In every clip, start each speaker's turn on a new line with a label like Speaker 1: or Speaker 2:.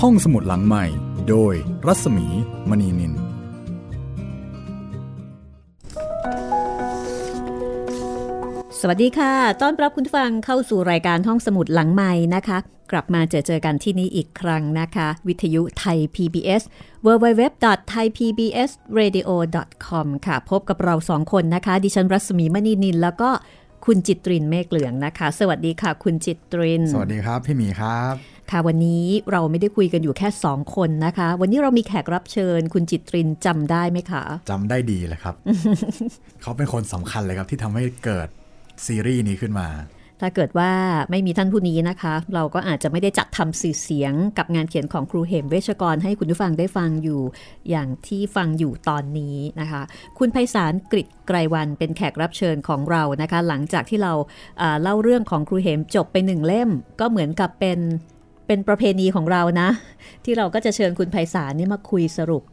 Speaker 1: ห้องสมุดหลังใหม่ โดยรัศมีมณีนิน
Speaker 2: สวัสดีค่ะ ต้อนรับคุณผู้ฟังเข้าสู่รายการห้องสมุดหลังใหม่นะคะ กลับมาเจอเจอกันที่นี่อีกครั้งนะคะ วิทยุไทย PBS www.thaipbsradio.com ค่ะ พบกับเราสองคนนะคะ ดิฉันรัศมีมณีนิน แล้วก็คุณจิตรินเมฆเหลืองนะคะ สวัสดีค่ะ คุณจิตริน
Speaker 1: สวัสดีครับ พี่หมีครับ
Speaker 2: ค่ะวันนี้เราไม่ได้คุยกันอยู่แค่ 2 คนนะคะ วันนี้เรามีแขกรับเชิญ คุณจิตรินจำได้ไหมคะ
Speaker 1: จำได้ดีเลยครับ เขาเป็นคนสำคัญเลยครับที่ทำให้เกิดซีรีส์นี้ขึ้นมา
Speaker 2: ถ้าเกิดว่าไม่มีท่านผู้นี้นะคะ เราก็อาจจะไม่ได้จัดทำสื่อเสียงกับงานเขียนของครูเหมเวชกรให้คุณผู้ฟังได้ฟังอยู่ อย่างที่ฟังอยู่ตอนนี้นะคะ คุณไพศาลกริไกรวันเป็นแขกรับเชิญของเรานะคะ หลังจากที่เราเอ่อเล่าเรื่องของครูเหมจบไปหนึ่งเล่ม ก็เหมือนกับเป็นเป็นประเพณีของเรานะ ที่เราก็จะเชิญคุณไพศาลเนี่ยมาคุยสรุป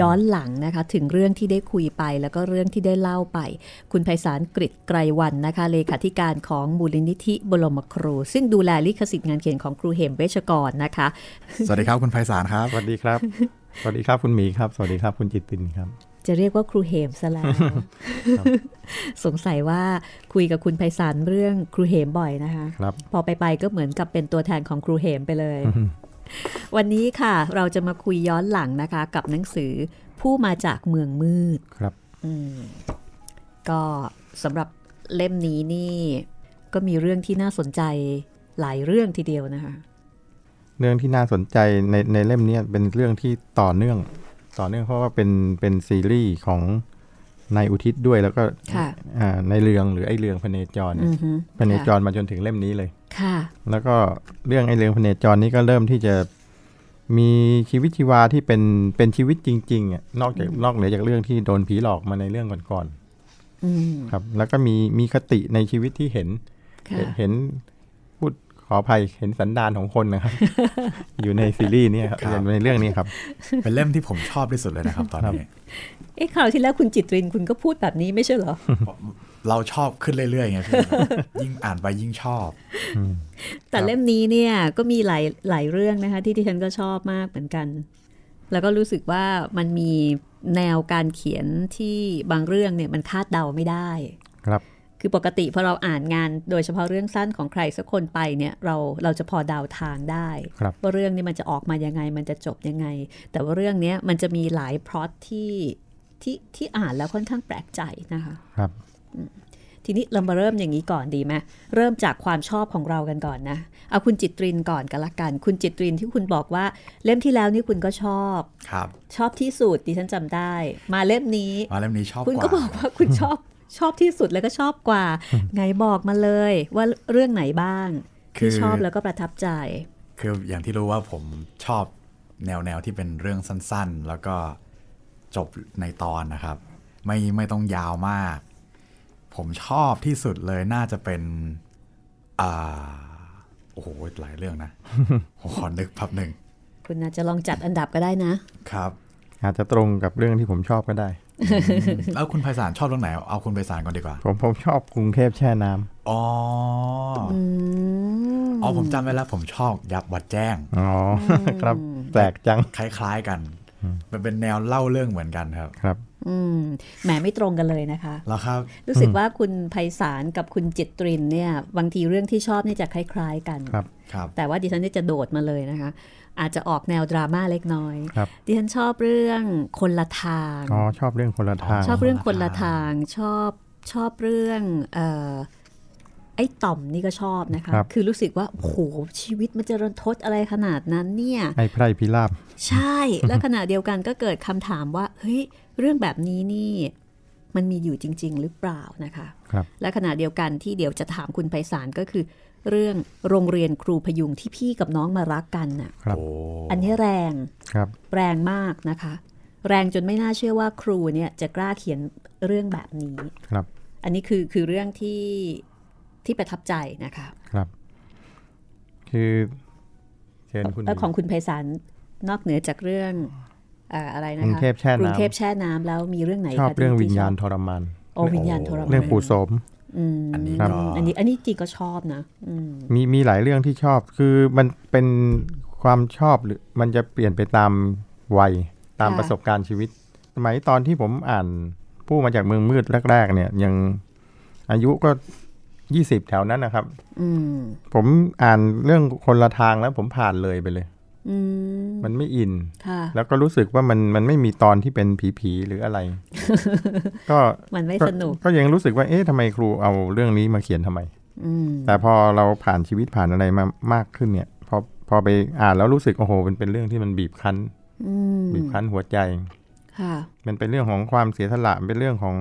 Speaker 2: ย้อนหลังนะคะ ถึงเรื่องที่ได้คุยไปแล้วก็เรื่องที่ได้เล่าไป คุณไพศาลกริตไกรวันนะคะ เลขาธิการของมูลนิธิบรมครู ซึ่งดูแลลิขสิทธิ์งานเขียนของครูเหมเวชกรนะคะ
Speaker 1: สวัสดีครับคุณไพศาลครับ
Speaker 3: สวัสดีครับ สวัสดีครับคุณหมีครับ สวัสดีครับคุณจิตตินครับ
Speaker 2: จะเรียกว่าครูเหมซะแล้ว สงสัยว่าคุยกับคุณไพศาลเรื่องครูเหมบ่อยนะคะ
Speaker 3: ครับ
Speaker 2: พอไปไปๆก็เหมือนกับเป็นตัวแทนของครูเหมไปเลย วันนี้ค่ะเราจะมาคุยย้อนหลังนะคะ กับหนังสือผู้มาจากเมืองมืด
Speaker 3: ครับ
Speaker 2: อืมก็สำหรับเล่มนี้นี่ ก็มีเรื่องที่น่าสนใจหลายเรื่องทีเดียวนะคะ
Speaker 3: เรื่องที่น่าสนใจในในเล่มเนี้ยเป็นเรื่องที่ต่อเนื่อง ต่อเนื่องเพราะว่าเป็นเป็นซีรีส์ของนายอุทิศด้วยแล้วก็
Speaker 2: ค่ะ
Speaker 3: อ่าในเรืองหรือไอ้เรืองพเนจรเนี่
Speaker 2: อื
Speaker 3: ย
Speaker 2: อฮึ
Speaker 3: พเนจรมาจนถึงเล่มนี้เลย
Speaker 2: ค่ะ
Speaker 3: แล้วก็เรื่องไอ้เรืองพเนจรนี่ก็เริ่มที่จะมีชีวิตชีวาที่เป็นเป็นชีวิตจริงๆอ่ะนอกจากนอกเหนือจากเรื่องที่โดนผีหลอกมาในเรื่องก่อน
Speaker 2: อืม
Speaker 3: ๆครับ แล้วก็มีมีคติในชีวิตที่เห็น
Speaker 2: ค่ะ
Speaker 3: เห็นพูดขออภัยเห็นสันดานของคนนะครับ อยู่ในซีรีส์เนี่ยครับ
Speaker 1: ครับ
Speaker 3: อยู่ในเรื่องนี้ครับ
Speaker 1: เป็นเล่มที่ผมชอบที่สุดเลยนะครับ ตอนนี้
Speaker 2: เอ๊ะคราวที่แล้วคุณจิตรินคุณก็พูดแบบนี้ไม่ใช่เหรอ
Speaker 1: เราชอบขึ้นเรื่อยๆไงพี่ ยิ่งอ่านไปยิ่งชอบ
Speaker 2: แต่เล่มนี้เนี่ยก็มีหลายหลายเรื่องนะคะ ที่ที่ฉันก็ชอบมากเหมือนกัน แล้วก็รู้สึกว่ามันมีแนวการเขียนที่บางเรื่องเนี่ยมันคาดเดาไม่ได้
Speaker 3: ครับ
Speaker 2: คือปกติพอเราอ่านงานโดยเฉพาะเรื่องสั้นของใครสักคนไปเนี่ยเราเราจะพอเดาทางได้
Speaker 3: ครับ
Speaker 2: ว่าเรื่องนี้มันจะออกมายังไง มันจะจบยังไง แต่ว่าเรื่องเนี้ยมันจะมีหลายพล็อตที่ที่ที่อ่านแล้วค่อนข้างแปลกใจนะคะ
Speaker 3: ครับ
Speaker 2: อืมทีนี้เรามาเริ่มอย่างนี้ก่อนดีไหมเริ่มจากความชอบของเรากันก่อนนะเอาคุณจิตรินก่อนกันละกัน คุณจิตรินที่คุณบอกว่าเล่มที่แล้วนี่คุณก็ชอบ
Speaker 1: ครับ
Speaker 2: ชอบที่สุดดิฉันจำได้ มาเล่มนี้
Speaker 1: มาเล่มนี้ชอบ
Speaker 2: คุณ
Speaker 1: ก
Speaker 2: ก็
Speaker 1: ว่า
Speaker 2: บอกว่า คุณชอบชอบที่สุดแล้วก็ชอบกว่า ไงบอกมาเลยว่าเรื่องไหนบ้าง
Speaker 1: คื
Speaker 2: ที่
Speaker 1: อ
Speaker 2: ชอบแล้วก็ประทับใจ
Speaker 1: คืออย่างที่รู้ว่าผมชอบแนวแนวที่เป็นเรื่องสั้นๆ แล้วก็จบในตอนนะครับ ไม่ไม่ต้องยาวมาก ผมชอบที่สุดเลยน่าจะเป็นอ่าโอ้โหหลายเรื่องนะ ผมขอนึกพับหนึ่ง
Speaker 2: คุณอาจจะลองจัดอันดับก็ได้นะครับ
Speaker 3: อาจจะตรงกับเรื่องที่ผมชอบก็ได้
Speaker 1: แล้วคุณไพศาลชอบเรื่องไหน เอาคุณไพศาลก่อนดีกว่า
Speaker 3: ผมผมชอบกรุงเทพแช่น้ำ
Speaker 1: อ๋ออ
Speaker 2: อืม
Speaker 1: อ๋อผมจำได้แล้วผมชอบยับวัดแจ้ง
Speaker 3: อ๋อ ครับ แปลกจัง
Speaker 1: คล้ายๆกัน มันเป็นแนวเล่าเรื่องเหมือนกันครับ
Speaker 3: ครับ
Speaker 2: อืมแหมไม่ตรงกันเลยนะคะ
Speaker 1: แล้วครับ
Speaker 2: รู้สึกว่าคุณไพศาลกับคุณจิตตรินเนี่ย บางทีเรื่องที่ชอบเนี่ยจะคล้าย ๆ กัน
Speaker 3: ครับ
Speaker 1: ครับ
Speaker 2: แต่ว่าดิฉันเนี่ยจะโดดมาเลยนะคะ อาจจะออกแนวดราม่าเล็กน้อย
Speaker 3: ครับ
Speaker 2: ดิฉันชอบเรื่องคนละทาง
Speaker 3: อ๋อชอบเรื่องคนละทาง
Speaker 2: ชอบเรื่อง
Speaker 1: ค
Speaker 2: คน น
Speaker 1: ละ
Speaker 2: ละ
Speaker 1: ทา
Speaker 2: ทาง งชอบชอบเรื่องเอ่อไอ้ต่อมนี่ก็ชอบนะคะ คือรู้สึกว่าโอ้โหชีวิตมันจะรันทดอะไรขนาดนั้นเนี่ย
Speaker 3: ไอ้ไพร่พิราบ
Speaker 2: ใช่ แล้วขณะเดียวกันก็เกิดคำถามว่าเฮ้ยเรื่องแบบนี้นี่ มันมีอยู่จริง ๆ หรือเปล่านะคะ
Speaker 3: ครับ
Speaker 2: และขณะเดียวกันที่เดี๋ยวจะถามคุณไพศาลก็คือ เรื่องโรงเรียนครูพยุงที่พี่กับน้องมารักกันน่ะ
Speaker 3: ครับ
Speaker 1: โอ้
Speaker 2: อันนี้แรง
Speaker 3: ครับ
Speaker 2: แรงมากนะคะ แรงจนไม่น่าเชื่อว่าครูเนี่ยจะกล้าเขียนเรื่องแบบนี้
Speaker 3: ครับ
Speaker 2: อันนี้คือคือเรื่องที่ที่ประทับใจนะคะ
Speaker 3: ครับ คือเชิญคุณห
Speaker 2: เอ่
Speaker 3: มี
Speaker 2: อของคุณไพศาลนอกเหนือจากเรื่องเอ่ออะไรนะคะ
Speaker 3: กรุงเทพแช่น้ำ
Speaker 2: กรุงเทพแช่น้ำแล้วมีเรื่องไหน
Speaker 3: ชอบ
Speaker 2: คะ
Speaker 3: เรื่อง
Speaker 2: ที่
Speaker 3: วิญญาณ
Speaker 2: ที่ช
Speaker 3: ทรมาน
Speaker 2: อบโอ้วิญญาณทรมาน
Speaker 3: เรื่องปู่โสม
Speaker 2: อืม
Speaker 1: อันนี้
Speaker 2: อื
Speaker 1: ก็
Speaker 2: มอันนี้อันนี้จริงก็ชอบนะ อืม
Speaker 3: มีมีหลายเรื่องที่ชอบคือมันเป็นค ความชอบหรือมันจะเปลี่ยนไปตามวัยตาม
Speaker 2: ค่ะ
Speaker 3: ประสบการณ์ชีวิต สมัยตอนที่ผมอ่านผู้มาจากเมืองมืดแรก ๆ เนี่ย ยังอายุก็ยี่สิบแถวนั้นนะครับ
Speaker 2: อืม
Speaker 3: ผมอ่านเรื่องคนละทางแล้วผมผ่านเลยไปเลย
Speaker 2: อืม
Speaker 3: มันไม่อิน
Speaker 2: ค่ะ
Speaker 3: แล้วก็รู้สึกว่ามันมันไม่มีตอนที่เป็นผีๆหรืออะไร ก็
Speaker 2: มันไม่สนุก
Speaker 3: ก็ยังรู้สึกว่า เอ๊ะทำไมครูเอาเรื่องนี้มาเขียนทำไม
Speaker 2: อืม
Speaker 3: แต่พอเราผ่านชีวิตผ่านอะไรมามากขึ้นเนี่ย พอพอไปอ่านแล้วรู้สึกโอ้โหมันเป็นเรื่องที่มันบีบคั้น
Speaker 2: อืม
Speaker 3: บีบคั้นหัวใจ
Speaker 2: ค่ะ
Speaker 3: มันเป็นเรื่องของความเสียสละมันเป็นเรื่องของ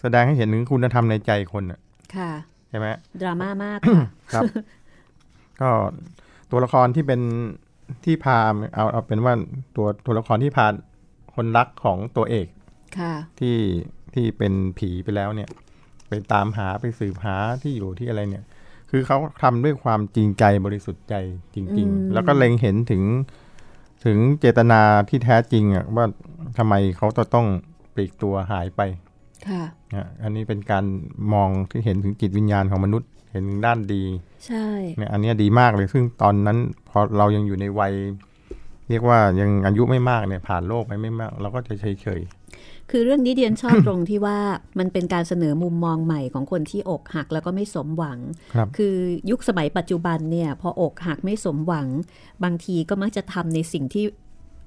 Speaker 3: แสดงให้เห็นถึงคุณธรรมในใจคนน่ะ
Speaker 2: ค่ะ
Speaker 3: ใช่ไหม
Speaker 2: ดราม่ามากค่ะ
Speaker 3: ครับ ก็ตัวละครที่เป็นที่พาเอาเอาเป็นว่าตัวตัวละครที่พาคนรักของตัวเอก
Speaker 2: ค่ะ
Speaker 3: ที่ที่เป็นผีไปแล้วเนี่ย ไปตามหาไปสืบหาที่อยู่ที่อะไรเนี่ย คือเขาทำด้วยความจริงใจบริสุทธิ์ใจจริง
Speaker 2: อืม
Speaker 3: ๆ แล้วก็เล็งเห็นถึงถึงเจตนาที่แท้จริงอะว่าทำไมเขาจะต้องปลีกตัวหายไป
Speaker 2: ค่ะ
Speaker 3: นะอันนี้เป็นการมองที่เห็นถึงจิตวิญญาณของมนุษย์เห็นถึงด้านดี
Speaker 2: ใช่
Speaker 3: เนี่ยอันเนี้ยดีมากเลยซึ่งตอนนั้นพอเรายังอยู่ในวัย เรียกว่ายังอายุไม่มากเนี่ยผ่านโลกไปไม่มาก เราก็จะเฉยเฉย
Speaker 2: คือเรื่องนี้เดียนชอบ ตรงที่ว่ามันเป็นการเสนอมุมมองใหม่ของคนที่อกหักแล้วก็ไม่สมหวัง
Speaker 3: ๆครับ
Speaker 2: คือยุคสมัยปัจจุบันเนี่ยพออกหักไม่สมหวัง บางทีก็มักจะทำในสิ่งที่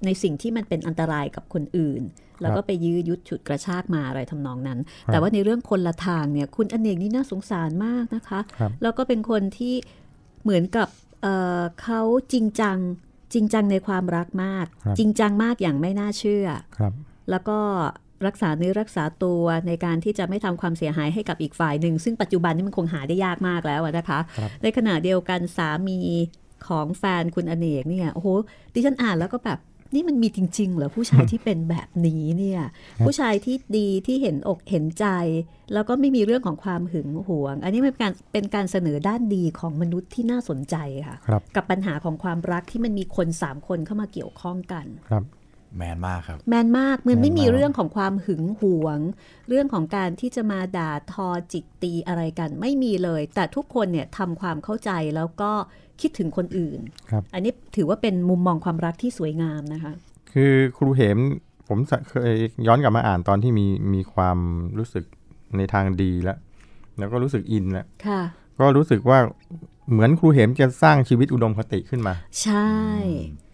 Speaker 2: ในสิ่งที่มันเป็นอันตรายกับคนอื่น แล้วก็ไปยื้อยุดฉุดกระชากมาอะไรทำนองนั้น แต่ว่าในเรื่องคนละทางเนี่ยคุณอเนกนี่น่าสงสารมากนะคะ
Speaker 3: ครับ
Speaker 2: แล้วก็เป็นคนที่เหมือนกับเอ่อเขาจริงจังจริงจังในความรักมาก
Speaker 3: ครับ
Speaker 2: จริงจังมากอย่างไม่น่าเชื่อ
Speaker 3: ครับ
Speaker 2: แล้วก็รักษาเนื้อรักษาตัวในการที่จะไม่ทำความเสียหายให้กับอีกฝ่ายหนึ่ง ซึ่งปัจจุบันนี่มันคงหาได้ยากมากแล้วอะนะคะ
Speaker 3: ครับ
Speaker 2: ในขณะเดียวกันสามีของแฟนคุณอเนกเนี่ยโอ้โหดิฉันอ่านแล้วก็แบบนี่มันมีจริง ๆ เหรอผู้ชายที่เป็นแบบนี้เนี่ยผู้ชายที่ดีที่เห็นอกเห็นใจ แล้วก็ไม่มีเรื่องของความหึงหวง อันนี้มันเป็นการเป็นการเสนอด้านดีของมนุษย์ที่น่าสนใจค่ะ
Speaker 3: ครับ
Speaker 2: กับปัญหาของความรักที่มันมีคนสามคนเข้ามาเกี่ยวข้องกัน
Speaker 3: ครับ
Speaker 1: แมนมากครับ
Speaker 2: แมนมากมันไม่
Speaker 3: แมนมาก
Speaker 2: มีเรื่องของความหึงหวง เรื่องของการที่จะมาด่าทอจิกตีอะไรกัน ไม่มีเลย แต่ทุกคนเนี่ยทำความเข้าใจแล้วก็คิดถึงคนอื่น
Speaker 3: ครับ
Speaker 2: อันนี้ถือว่าเป็นมุมมองความรักที่สวยงามนะคะ
Speaker 3: คือครูเหมผมสะเคยย้อนกลับมาอ่านตอนที่มีมีความรู้สึกในทางดีแล้วแล้วก็รู้สึกอินแล้ว
Speaker 2: ค่ะ
Speaker 3: ก็รู้สึกว่าเหมือนครูเหมจะสร้างชีวิตอุดมคติขึ้นมา
Speaker 2: ใช่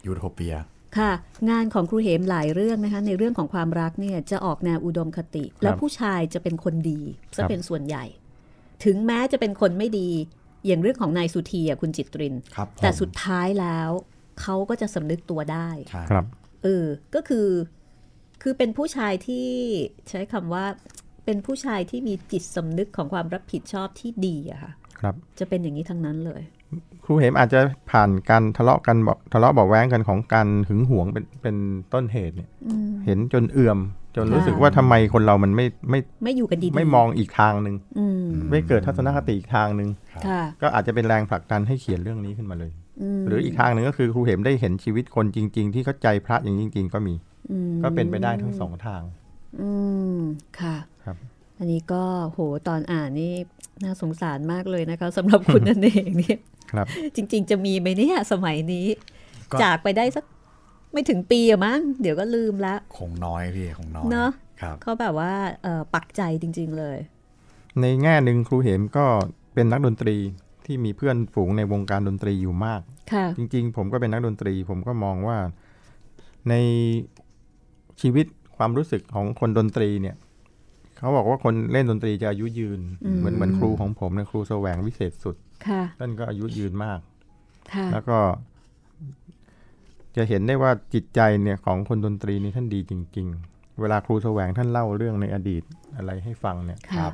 Speaker 1: ยูโทเปีย
Speaker 2: ค่ะ งานของครูเหมหลายเรื่องนะคะ ในเรื่องของความรักเนี่ยจะออกแนวอุดมคติ แล้วผู้ชายจะเป็นคนดี
Speaker 3: ค
Speaker 2: จะ
Speaker 3: รับ
Speaker 2: เป็นส่วนใหญ่ ถึงแม้จะเป็นคนไม่ดี อย่างเรื่องของนายสุธีอะคุณจิตริน
Speaker 1: ครับผม
Speaker 2: แต่สุดท้ายแล้วเขาก็จะสำนึกตัวได้
Speaker 1: ใช่
Speaker 3: ครับ
Speaker 2: เออ ก็คือ คือเป็นผู้ชายที่ใช้คำว่า เป็นผู้ชายที่มีจิตสำนึกของความรับผิดชอบที่ดีอะค่ะ
Speaker 3: ครับ
Speaker 2: จะเป็นอย่างนี้ทั้งนั้นเลย
Speaker 3: ครูเหมอาจจะผ่านการทะเลาะกันเบาทะเลาะเบาะแว้งกันของการหึงหวงเป็นเป็นต้นเหตุเนี่ย
Speaker 2: อืม
Speaker 3: เห็นจนเอื่อม จนรู้สึก
Speaker 2: ค่ะ
Speaker 3: ว่าทำไมคนเรามันไม่ไม่
Speaker 2: ไม่อยู่กันดีๆ
Speaker 3: ไม่มองอีกทางหนึ่ง
Speaker 2: อืม
Speaker 3: ไม่เกิดทัศนคติอีกทางหนึ่ง
Speaker 2: ค่ะ
Speaker 3: ก็อาจจะเป็นแรงผลักดันให้เขียนเรื่องนี้ขึ้นมาเลย
Speaker 2: อืม
Speaker 3: หรืออีกทางหนึ่งก็คือครูเหมได้เห็นชีวิตคนจริง ๆ ที่เข้าใจพระอย่างจริง ๆ ก็มี
Speaker 2: อืม
Speaker 3: ก็เป็นไปได้ทั้งสองทาง
Speaker 2: อืม ค่ะ
Speaker 3: ครับ
Speaker 2: อันนี้ก็โหตอนอ่านนี่น่าสงสารมากเลยนะคะสำหรับคุณ นั่นเองเนี่ย
Speaker 3: ครับ
Speaker 2: จริง ๆ จะมีไหมเนี่ยสมัยนี้
Speaker 1: ก็
Speaker 2: จากไปได้สักไม่ถึงปีอะมั้งเดี๋ยวก็ลืมละ
Speaker 1: คงน้อยพี่ คงน้อย
Speaker 2: เนอะ
Speaker 1: ครับ
Speaker 2: เขาแบบว่าเอ่อปักใจจริง ๆ เลย
Speaker 3: ในแง่หนึ่งครูเหมก็เป็นนักดนตรีที่มีเพื่อนฝูงในวงการดนตรีอยู่มาก
Speaker 2: ค่ะ
Speaker 3: จริงๆ ผมก็เป็นนักดนตรี ผมก็มองว่าในชีวิตความรู้สึกของคนดนตรีเนี่ย เขาบอกว่าคนเล่นดนตรีจะอายุยืน
Speaker 2: อืม
Speaker 3: เหมือนเหมือนครูของผมเนี่ยครูแสวงวิเศษสุด
Speaker 2: ค่ะ
Speaker 3: ท่านก็อายุยืนมาก
Speaker 2: ค่ะ
Speaker 3: แล้วก็ จะเห็นได้ว่าจิตใจเนี่ยของคนดนตรีนี่ท่านดีจริง ๆ เวลาครูแสวงท่านเล่าเรื่องในอดีตอะไรให้ฟังเนี่ย
Speaker 1: ครั
Speaker 2: ค่ะ
Speaker 1: บ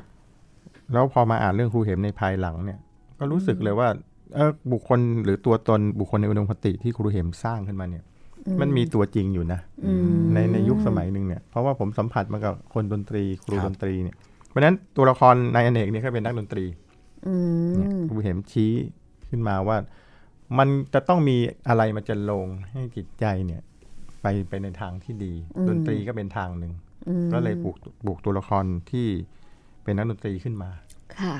Speaker 3: แล้วพอมาอ่านเรื่องครูเหมในภายหลังเนี่ย ก็รู้สึกเลยว่าเออบุคคลหรือตัวตนบุคคลในอุดมคติที่ครูเหมสร้างขึ้นมาเนี่ย มันมีตัวจริงอยู่นะ
Speaker 2: อืม
Speaker 3: ในในยุคสมัยหนึ่งเนี่ยเพราะว่าผมสัมผัสมากับคนดนตรี ครู
Speaker 1: ครับ
Speaker 3: ดนตรีเนี่ยเพราะฉะนั้นตัวละครนายอเนกเนี่ยก็เป็นนักดนตรี
Speaker 2: อื
Speaker 3: เนี่ย
Speaker 2: ม
Speaker 3: ครูเหมชี้ขึ้นมาว่า มันจะต้องมีอะไรมาจันลงให้จิตใจเนี่ย ไปไปในทางที่ดี
Speaker 2: อืม
Speaker 3: ดนตรีก็เป็นทางหนึ่ง
Speaker 2: อืม
Speaker 3: ก็เลยปลูกปลูกตัวละครที่เป็นนักดนตรีขึ้นมา
Speaker 2: ค่ะ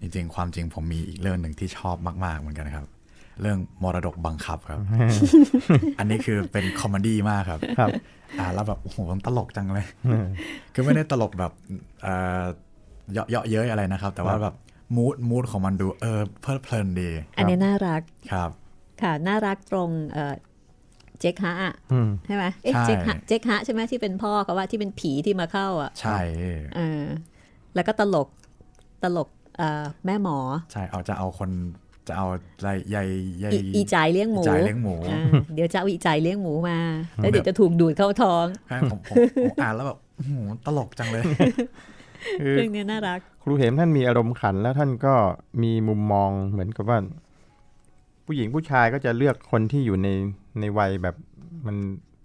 Speaker 1: จริงๆ ความจริงผมมีอีกเรื่องหนึ่งที่ชอบมาก ๆ เหมือนกันครับ เรื่องมรดกบังคับครับ อันนี้คือเป็นคอมเมดี้มากครับ
Speaker 3: ครับ
Speaker 1: อ่าแล้วแบบโอ้โหมันตลกจังเลย คือไม่ได้ตลกแบบเอ่อเยาะเยาะเย้ยอะไรนะครับ แต่ว่าแบบมูดมูดของมันดูเออเพลิดเพลินดี
Speaker 2: อันนี้น่ารัก
Speaker 1: ครับ
Speaker 2: ค่ะ น่ารักตรงเอ่อเจ๊กฮะอะ
Speaker 3: อืม
Speaker 2: ใช่ไหมเอ๊ะ
Speaker 1: ใช่
Speaker 2: เจ๊กฮะเจ๊กฮะใช่ไหมที่เป็นพ่อเขาว่าที่เป็นผีที่มาเข้าอ่ะ
Speaker 1: ใช่
Speaker 2: เออแล้วก็ตลกตลกเอ่อแม่หมอ
Speaker 1: ใช่เอาจะเอาคนจะเอาอะไรใยใย
Speaker 2: อีอีจ่ายเลี้ยงหมู
Speaker 1: จ่ายเลี้ยงหมู
Speaker 2: อ่าเดี๋ยวจะเอาอีจ่ายเลี้ยงหมูมา แล้วเดี๋ยวจะถูกดูดเข้าท้อง
Speaker 1: ใช่ผมผมผมอ่านแล้วแบบโอ้โหตลกจังเลย
Speaker 3: คือ
Speaker 2: เรื่องเนี้ยน่ารัก
Speaker 3: ครูเหมท่านมีอารมณ์ขันแล้วท่านก็มีมุมมองเหมือนกับว่า ผู้หญิงผู้ชายก็จะเลือกคนที่อยู่ในในวัยแบบมัน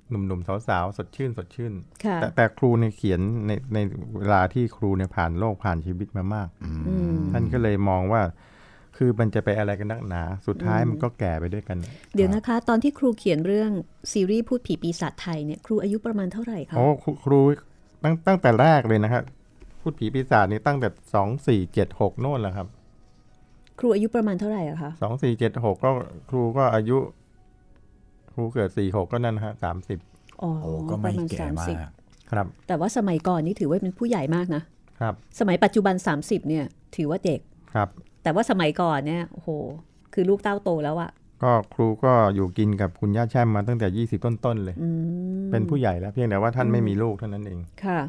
Speaker 3: หนุ่มๆสาวๆสดชื่น สดชื่น
Speaker 2: ค่ะ
Speaker 3: แต่แต่ครูเนี่ยเขียนในในเวลาที่ครูเนี่ยผ่านโลกผ่านชีวิตมามาก
Speaker 2: อืม
Speaker 3: ท่านก็เลยมองว่า คือมันจะไปอะไรกันนักหนา สุดท้ายมันก็แก่ไปด้วยกัน
Speaker 2: เดี๋ยวนะคะ ตอนที่ครูเขียนเรื่องซีรีส์พูดผีปีศาจไทยเนี่ยครูอายุประมาณเท่าไหร่คะ
Speaker 3: โอ้ครูครูตั้งตั้งแต่แรกเลยนะครับพูดผีปีศาจนี่ตั้งแต่สองสี่เจ็ดหกโน่นแหละครับ
Speaker 2: ครูอายุประมาณเท่าไหร่อะคะ
Speaker 3: สองสี่เจ็ดหกก็ครูก็อายุ ครูเกิดสี่หกก็นั่นนะฮะสามสิบ
Speaker 2: อ๋อ
Speaker 1: โอ้ก็ไม่
Speaker 2: ประาณ
Speaker 1: แก่มา
Speaker 2: 30
Speaker 1: ก
Speaker 3: ครับ
Speaker 2: แต่ว่าสมัยก่อนนี่ถือว่าเป็นผู้ใหญ่มากนะ
Speaker 3: ครับ
Speaker 2: สมัยปัจจุบัน 30เนี่ยถือว่าเด็ก
Speaker 3: ครับ
Speaker 2: แต่ว่าสมัยก่อนเนี่ยโอ้โห คือลูกเต้าโตแล้วอะ
Speaker 3: ก็ครูก็อยู่กินกับคุณย่าแช่มมาตั้งแต่ยี่สิบต้นๆเลย
Speaker 2: อืม
Speaker 3: เป็นผู้ใหญ่แล้วเพียงแต่ว่าท่านไม่มีลูกเท่านั้นเอง
Speaker 2: ค่ะ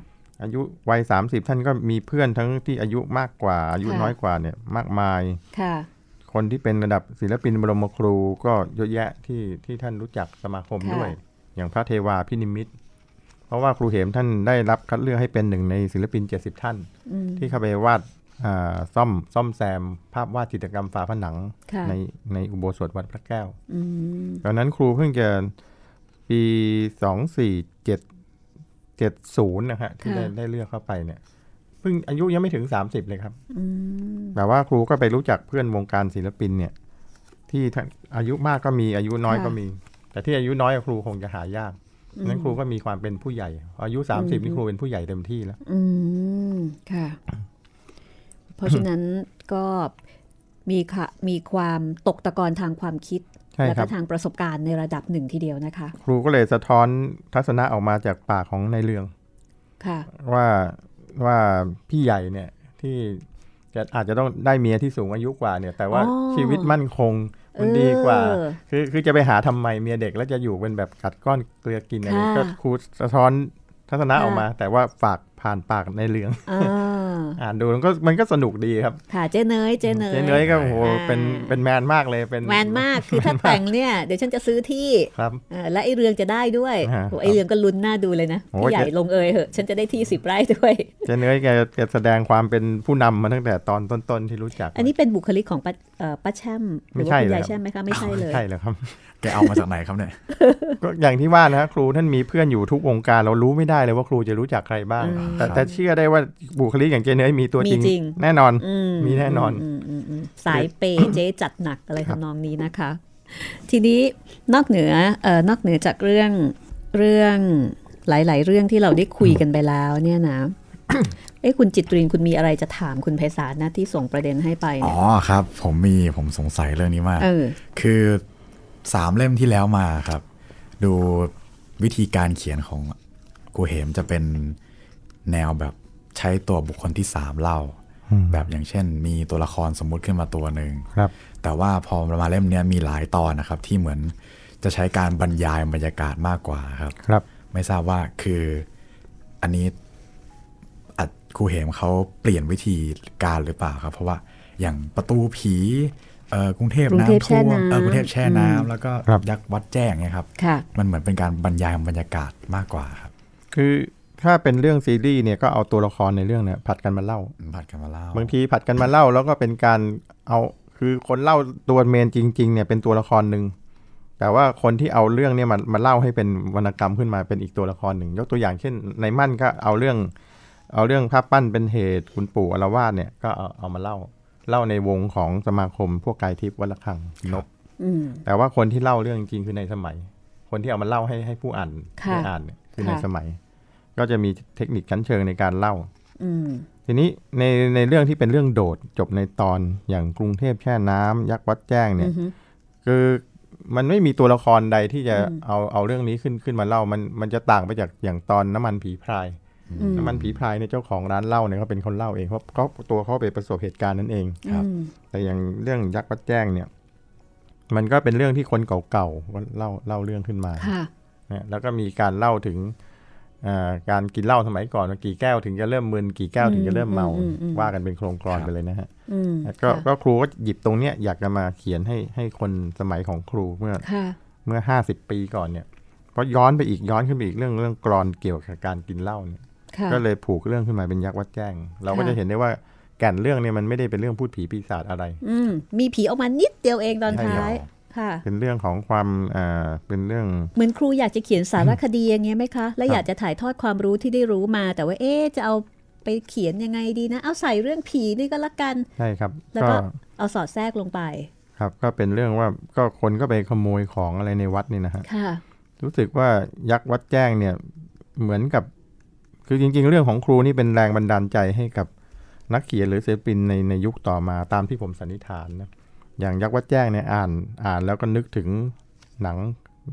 Speaker 3: อายุวัยสามสิบท่านก็มีเพื่อนทั้งที่อายุมากกว่า อายุ
Speaker 2: ค่ะ
Speaker 3: น้อยกว่าเนี่ย มากมาย
Speaker 2: ค่ะ
Speaker 3: คนที่เป็นระดับศิลปินบรมครูก็เยอะแยะที่ที่ท่านรู้จักสมาคม
Speaker 2: ค่ะ
Speaker 3: ด้วย อย่างพระเทวาพินิมิตรเพราะว่าครูเหมท่านได้รับคัดเลือกให้เป็นหนึ่งในศิลปิน 70 ท่าน
Speaker 2: อืม
Speaker 3: ที่เข้าไปวาดอ่าซ่อมซ่อมแซม ภาพวาดจิตรกรรมฝาผนัง
Speaker 2: ค่ะ
Speaker 3: ในในอุโบสถวัดพระแก้ว
Speaker 2: อืม
Speaker 3: ตอนนั้นครูเพิ่งจะปีสองสี่เจ็ดเจ็ดศูนย์นะฮะที่ได้ได้เลือกเข้าไปเนี่ยเพิ่งอายุยังไม่ถึงสามสิบเลยครับ
Speaker 2: อืม
Speaker 3: แต่ว่าครูก็ไปรู้จักเพื่อนวงการศิลปินเนี่ย ที่ท่านอายุมากก็มีอายุน้อยก็มี แต่ที่อายุน้อยกับครูคงจะหายากฉะนั้นครูก็มีความเป็นผู้ใหญ่ อายุสามสิบนี่ครูเป็นผู้ใหญ่เต็มที่แล้ว
Speaker 2: อืมค่ะ เพราะฉะนั้นก็มีค่ะมีความตกตะกอนทางความคิด
Speaker 3: ใช่
Speaker 2: และ
Speaker 3: ครั
Speaker 2: ก็
Speaker 3: บ
Speaker 2: ทางประสบการณ์ในระดับหนึ่งทีเดียวนะคะ
Speaker 3: ครูก็เลยสะท้อนทัศนะออกมาจากปากของในเรือง
Speaker 2: ค่ะ
Speaker 3: ว่าว่าพี่ใหญ่เนี่ยที่จะอาจจะต้องได้เมียที่สูงอายุกว่าเนี่ย แต่ว่า
Speaker 2: อ๋อ
Speaker 3: ชีวิตมั่นคงมัน
Speaker 2: เออ
Speaker 3: ดีกว่า คือคือจะไปหาทำไมเมียเด็กแล้วจะอยู่เป็นแบบกัดก้อนเกลือกินอะไร
Speaker 2: ค่ะ
Speaker 3: ก็ครูสะท้อนทัศนะ
Speaker 2: ค่ะ
Speaker 3: ออกมา แต่ว่าฝากผ่านปากในเหลือง
Speaker 2: อ่า
Speaker 3: อ่านดูมันก็มันก็สนุกดีครับ
Speaker 2: ค่ะเจ๊เนยเจ๊เนย
Speaker 3: เจ๊เนยก็โอ้โห
Speaker 2: อ่า
Speaker 3: เป็นเป็นแมนมากเลยเป็น
Speaker 2: แมนมากคือถ้าแต่ง เนี่ยเดี๋ยวฉันจะซื้อที่
Speaker 3: ครับ
Speaker 2: เออและไอเรืองจะได้ด้วย
Speaker 3: อ่า
Speaker 2: โหไอเรืองก็ลุ้นหน้าดูเลยนะ
Speaker 3: โอ้ย
Speaker 2: พี่ใหญ่ลงเอยเหอะ ฉันจะได้ที่สิบไร่ด้วย
Speaker 3: เจ๊เนยแกแกแสดงความเป็นผู้นำมาตั้งแต่ตอนต้นๆที่รู้จัก
Speaker 2: อันนี้เป็นบุคลิกของป้าเอ่อป้าแช่มหรือ
Speaker 3: ไม่ใช่
Speaker 2: ว่าคุณยาย
Speaker 3: แล้ว
Speaker 2: แช่มไหมคะไม่ใช่เลย
Speaker 3: ใช่แล้วครับ
Speaker 1: แกเอามาจากไหนครับเนี่ย
Speaker 3: ก็อย่างที่ว่านะฮะครูท่านมีเพื่อนอยู่ทุกวงการเรารู้ไม่ได้เลยว่าครูจะรู้จักใครบ้าง แต่แต่เชื่อได้ว่าบุคลิกอย่างเจเนยมีตัวจริง แน่นอน
Speaker 2: อื
Speaker 3: มีแน่นอน
Speaker 2: มมอืมสายเปย์ เจ๊จัดหนักอะไรทำนองนี้นะคะ ทีนี้นอกเหนือเอ่อนอกเหนือจากเรื่องเรื่องหลาย ๆ เรื่องที่เราได้คุยกันไปแล้วเนี่ยนะ เอ้คุณจิตรินคุณมีอะไรจะถามคุณไพศาลนะที่ส่งประเด็นให้ไป
Speaker 1: อ๋
Speaker 2: เนี่
Speaker 1: อย ครับ ผมมีผมสงสัยเรื่องนี้มาก
Speaker 2: เออ
Speaker 1: คือสามเล่มที่แล้วมาครับ ดูวิธีการเขียนของกูเหมจะเป็นแนวแบบใช้ตัวบุคคลที่สามเล่า แบบอย่างเช่น มีตัวละครสมมุติขึ้นมาตัวหนึ่ง
Speaker 3: ครับ
Speaker 1: แต่ว่าพอมาเล่มเนี้ยมีหลายตอนนะครับ ที่เหมือนจะใช้การบรรยายบรรยากาศมากกว่าครับ
Speaker 3: ครับ
Speaker 1: ไม่ทราบว่าคืออันนี้อัดครูเหมเขาเปลี่ยนวิธีการหรือเปล่าครับ เพราะว่าอย่างประตูผีเอ่อกรุงเทพน้ำท่วมเออกรุงเทพแช่น้ำแล้วก็
Speaker 3: ครับ
Speaker 1: ยักษ์วัดแจ้งเนี่ยครับ
Speaker 2: ค่ะ
Speaker 1: มันเหมือนเป็นการบรรยายบรรยากาศมากกว่าครับ
Speaker 3: คือถ้าเป็นเรื่องซีรีส์เนี่ยก็เอาตัวละครในเรื่องเนี่ยผัดกันมาเล่า
Speaker 1: ผัดกันมาเล่า
Speaker 3: บางทีผัดกันมาเล่าแล้วก็เป็นการเอาคือคนเล่าตัวเมนจริง ๆ เนี่ยเป็นตัวละครหนึ่งแต่ว่าคนที่เอาเรื่องเนี่ยมามาเล่าให้เป็นวรรณกรรมขึ้นมาเป็นอีกตัวละครหนึ่ง ยกตัวอย่างเช่น ในมั่นก็เอาเรื่อง เอาเรื่องภาพปั้นเป็นเหตุคุณปู่อารวาสเนี่ยก็เอาเอามาเล่าเล่าในวงของสมาคมพวกกายทิพย์วัลคังนบ
Speaker 2: อืม
Speaker 3: แต่ว่าคนที่เล่าเรื่องจริงคือในสมัย คนที่เอามาเล่าให้ให้ผู้อ่าน
Speaker 2: ค่ะ
Speaker 3: ได้อ่านเนี่ยคือใน
Speaker 2: ค่ะ
Speaker 3: สมัย ก็จะมีเทคนิคชั้นเชิงในการเล่า
Speaker 2: อืม
Speaker 3: ทีนี้ในในเรื่องที่เป็นเรื่องโดดจบในตอนอย่างกรุงเทพแช่น้ำยักษ์วัดแจ้งเนี่ย ค คือมันไม่มีตัวละครใดที่จะ
Speaker 2: อืม
Speaker 3: เอาเอาเรื่องนี้ขึ้นขึ้นมาเล่ามันมันจะต่างไปจากอย่างตอนน้ำมันผีพราย
Speaker 2: อืม
Speaker 3: น้ำมันผีพรายเนี่ยเจ้าของร้านเหล้าเนี่ยเขาเป็นคนเล่าเองเพราะเขาตัวเขาไปประสบเหตุการณ์นั้นเอง
Speaker 1: ครับ
Speaker 2: อืม
Speaker 3: แต่อย่างเรื่องยักษ์วัดแจ้งเนี่ย มันก็เป็นเรื่องที่คนเก่าๆก็เล่าเล่าเรื่องขึ้นมา
Speaker 2: ค่ะ
Speaker 3: นะแล้วก็มีการเล่าถึงเอ่อการกินเหล้าสมัยก่อนว่ากี่แก้วถึงจะเริ่มมึนกี่แก้วถึงจะเริ่มเมา
Speaker 2: อืมอืมอืม
Speaker 3: ว่ากันเป็นโครงกรอน
Speaker 1: ครับ
Speaker 3: ไปเลยนะฮะ
Speaker 2: อืม
Speaker 3: ก็
Speaker 2: ค่ะ
Speaker 3: ก็ครูก็หยิบตรงเนี้ยอยากจะมาเขียนให้ให้คนสมัยของครูเมื่อ
Speaker 2: ค่ะ
Speaker 3: เมื่อ 50 ปีก่อนเนี่ยเพราะย้อนไปอีกย้อนขึ้นไปอีกเรื่องเรื่องกรอนเกี่ยวกับการกินเหล้าเนี่ย
Speaker 2: ค่ะ
Speaker 3: ก็เลยผูกเรื่องขึ้นมาเป็นยักษ์วัดแจ้ง เราก็
Speaker 2: ค่ะ
Speaker 3: จะเห็นได้ว่าแก่นเรื่องเนี่ยมันไม่ได้เป็นเรื่องพูดผีปีศาจอะไร
Speaker 2: อืมมีผีออกมานิดเดียวเองตอน
Speaker 3: ใช่
Speaker 2: ท้ายค่ะ
Speaker 3: เป็นเรื่องของความอ่าเป็นเรื่อง
Speaker 2: เหมือนครูอยากจะเขียนสารคดีอย่างเงี้ยไหมคะ และอยากจะถ่ายทอดความรู้ที่ได้รู้มา แต่ว่าเอ๊ะจะเอาไปเขียนยังไงดีนะ เอาใส่เรื่องผีนี่ก็แล้วกัน
Speaker 3: ใช่ครับ
Speaker 2: แล้ว
Speaker 3: ก็
Speaker 2: ก็เอาสอดแทรกลงไป
Speaker 3: ครับก็เป็นเรื่องว่าก็คนก็ไปขโมยของอะไรในวัดนี่นะฮะ
Speaker 2: ค่ะ
Speaker 3: รู้สึกว่ายักษ์วัดแจ้งเนี่ยเหมือนกับ คือจริง ๆ เรื่องของครูนี่เป็นแรงบันดาลใจให้กับนักเขียนหรือศิลปินในในยุคต่อมาตามที่ผมสันนิษฐานนะอย่างยักษ์วัดแจ้งเนี่ยอ่านอ่านแล้วก็นึกถึงหนัง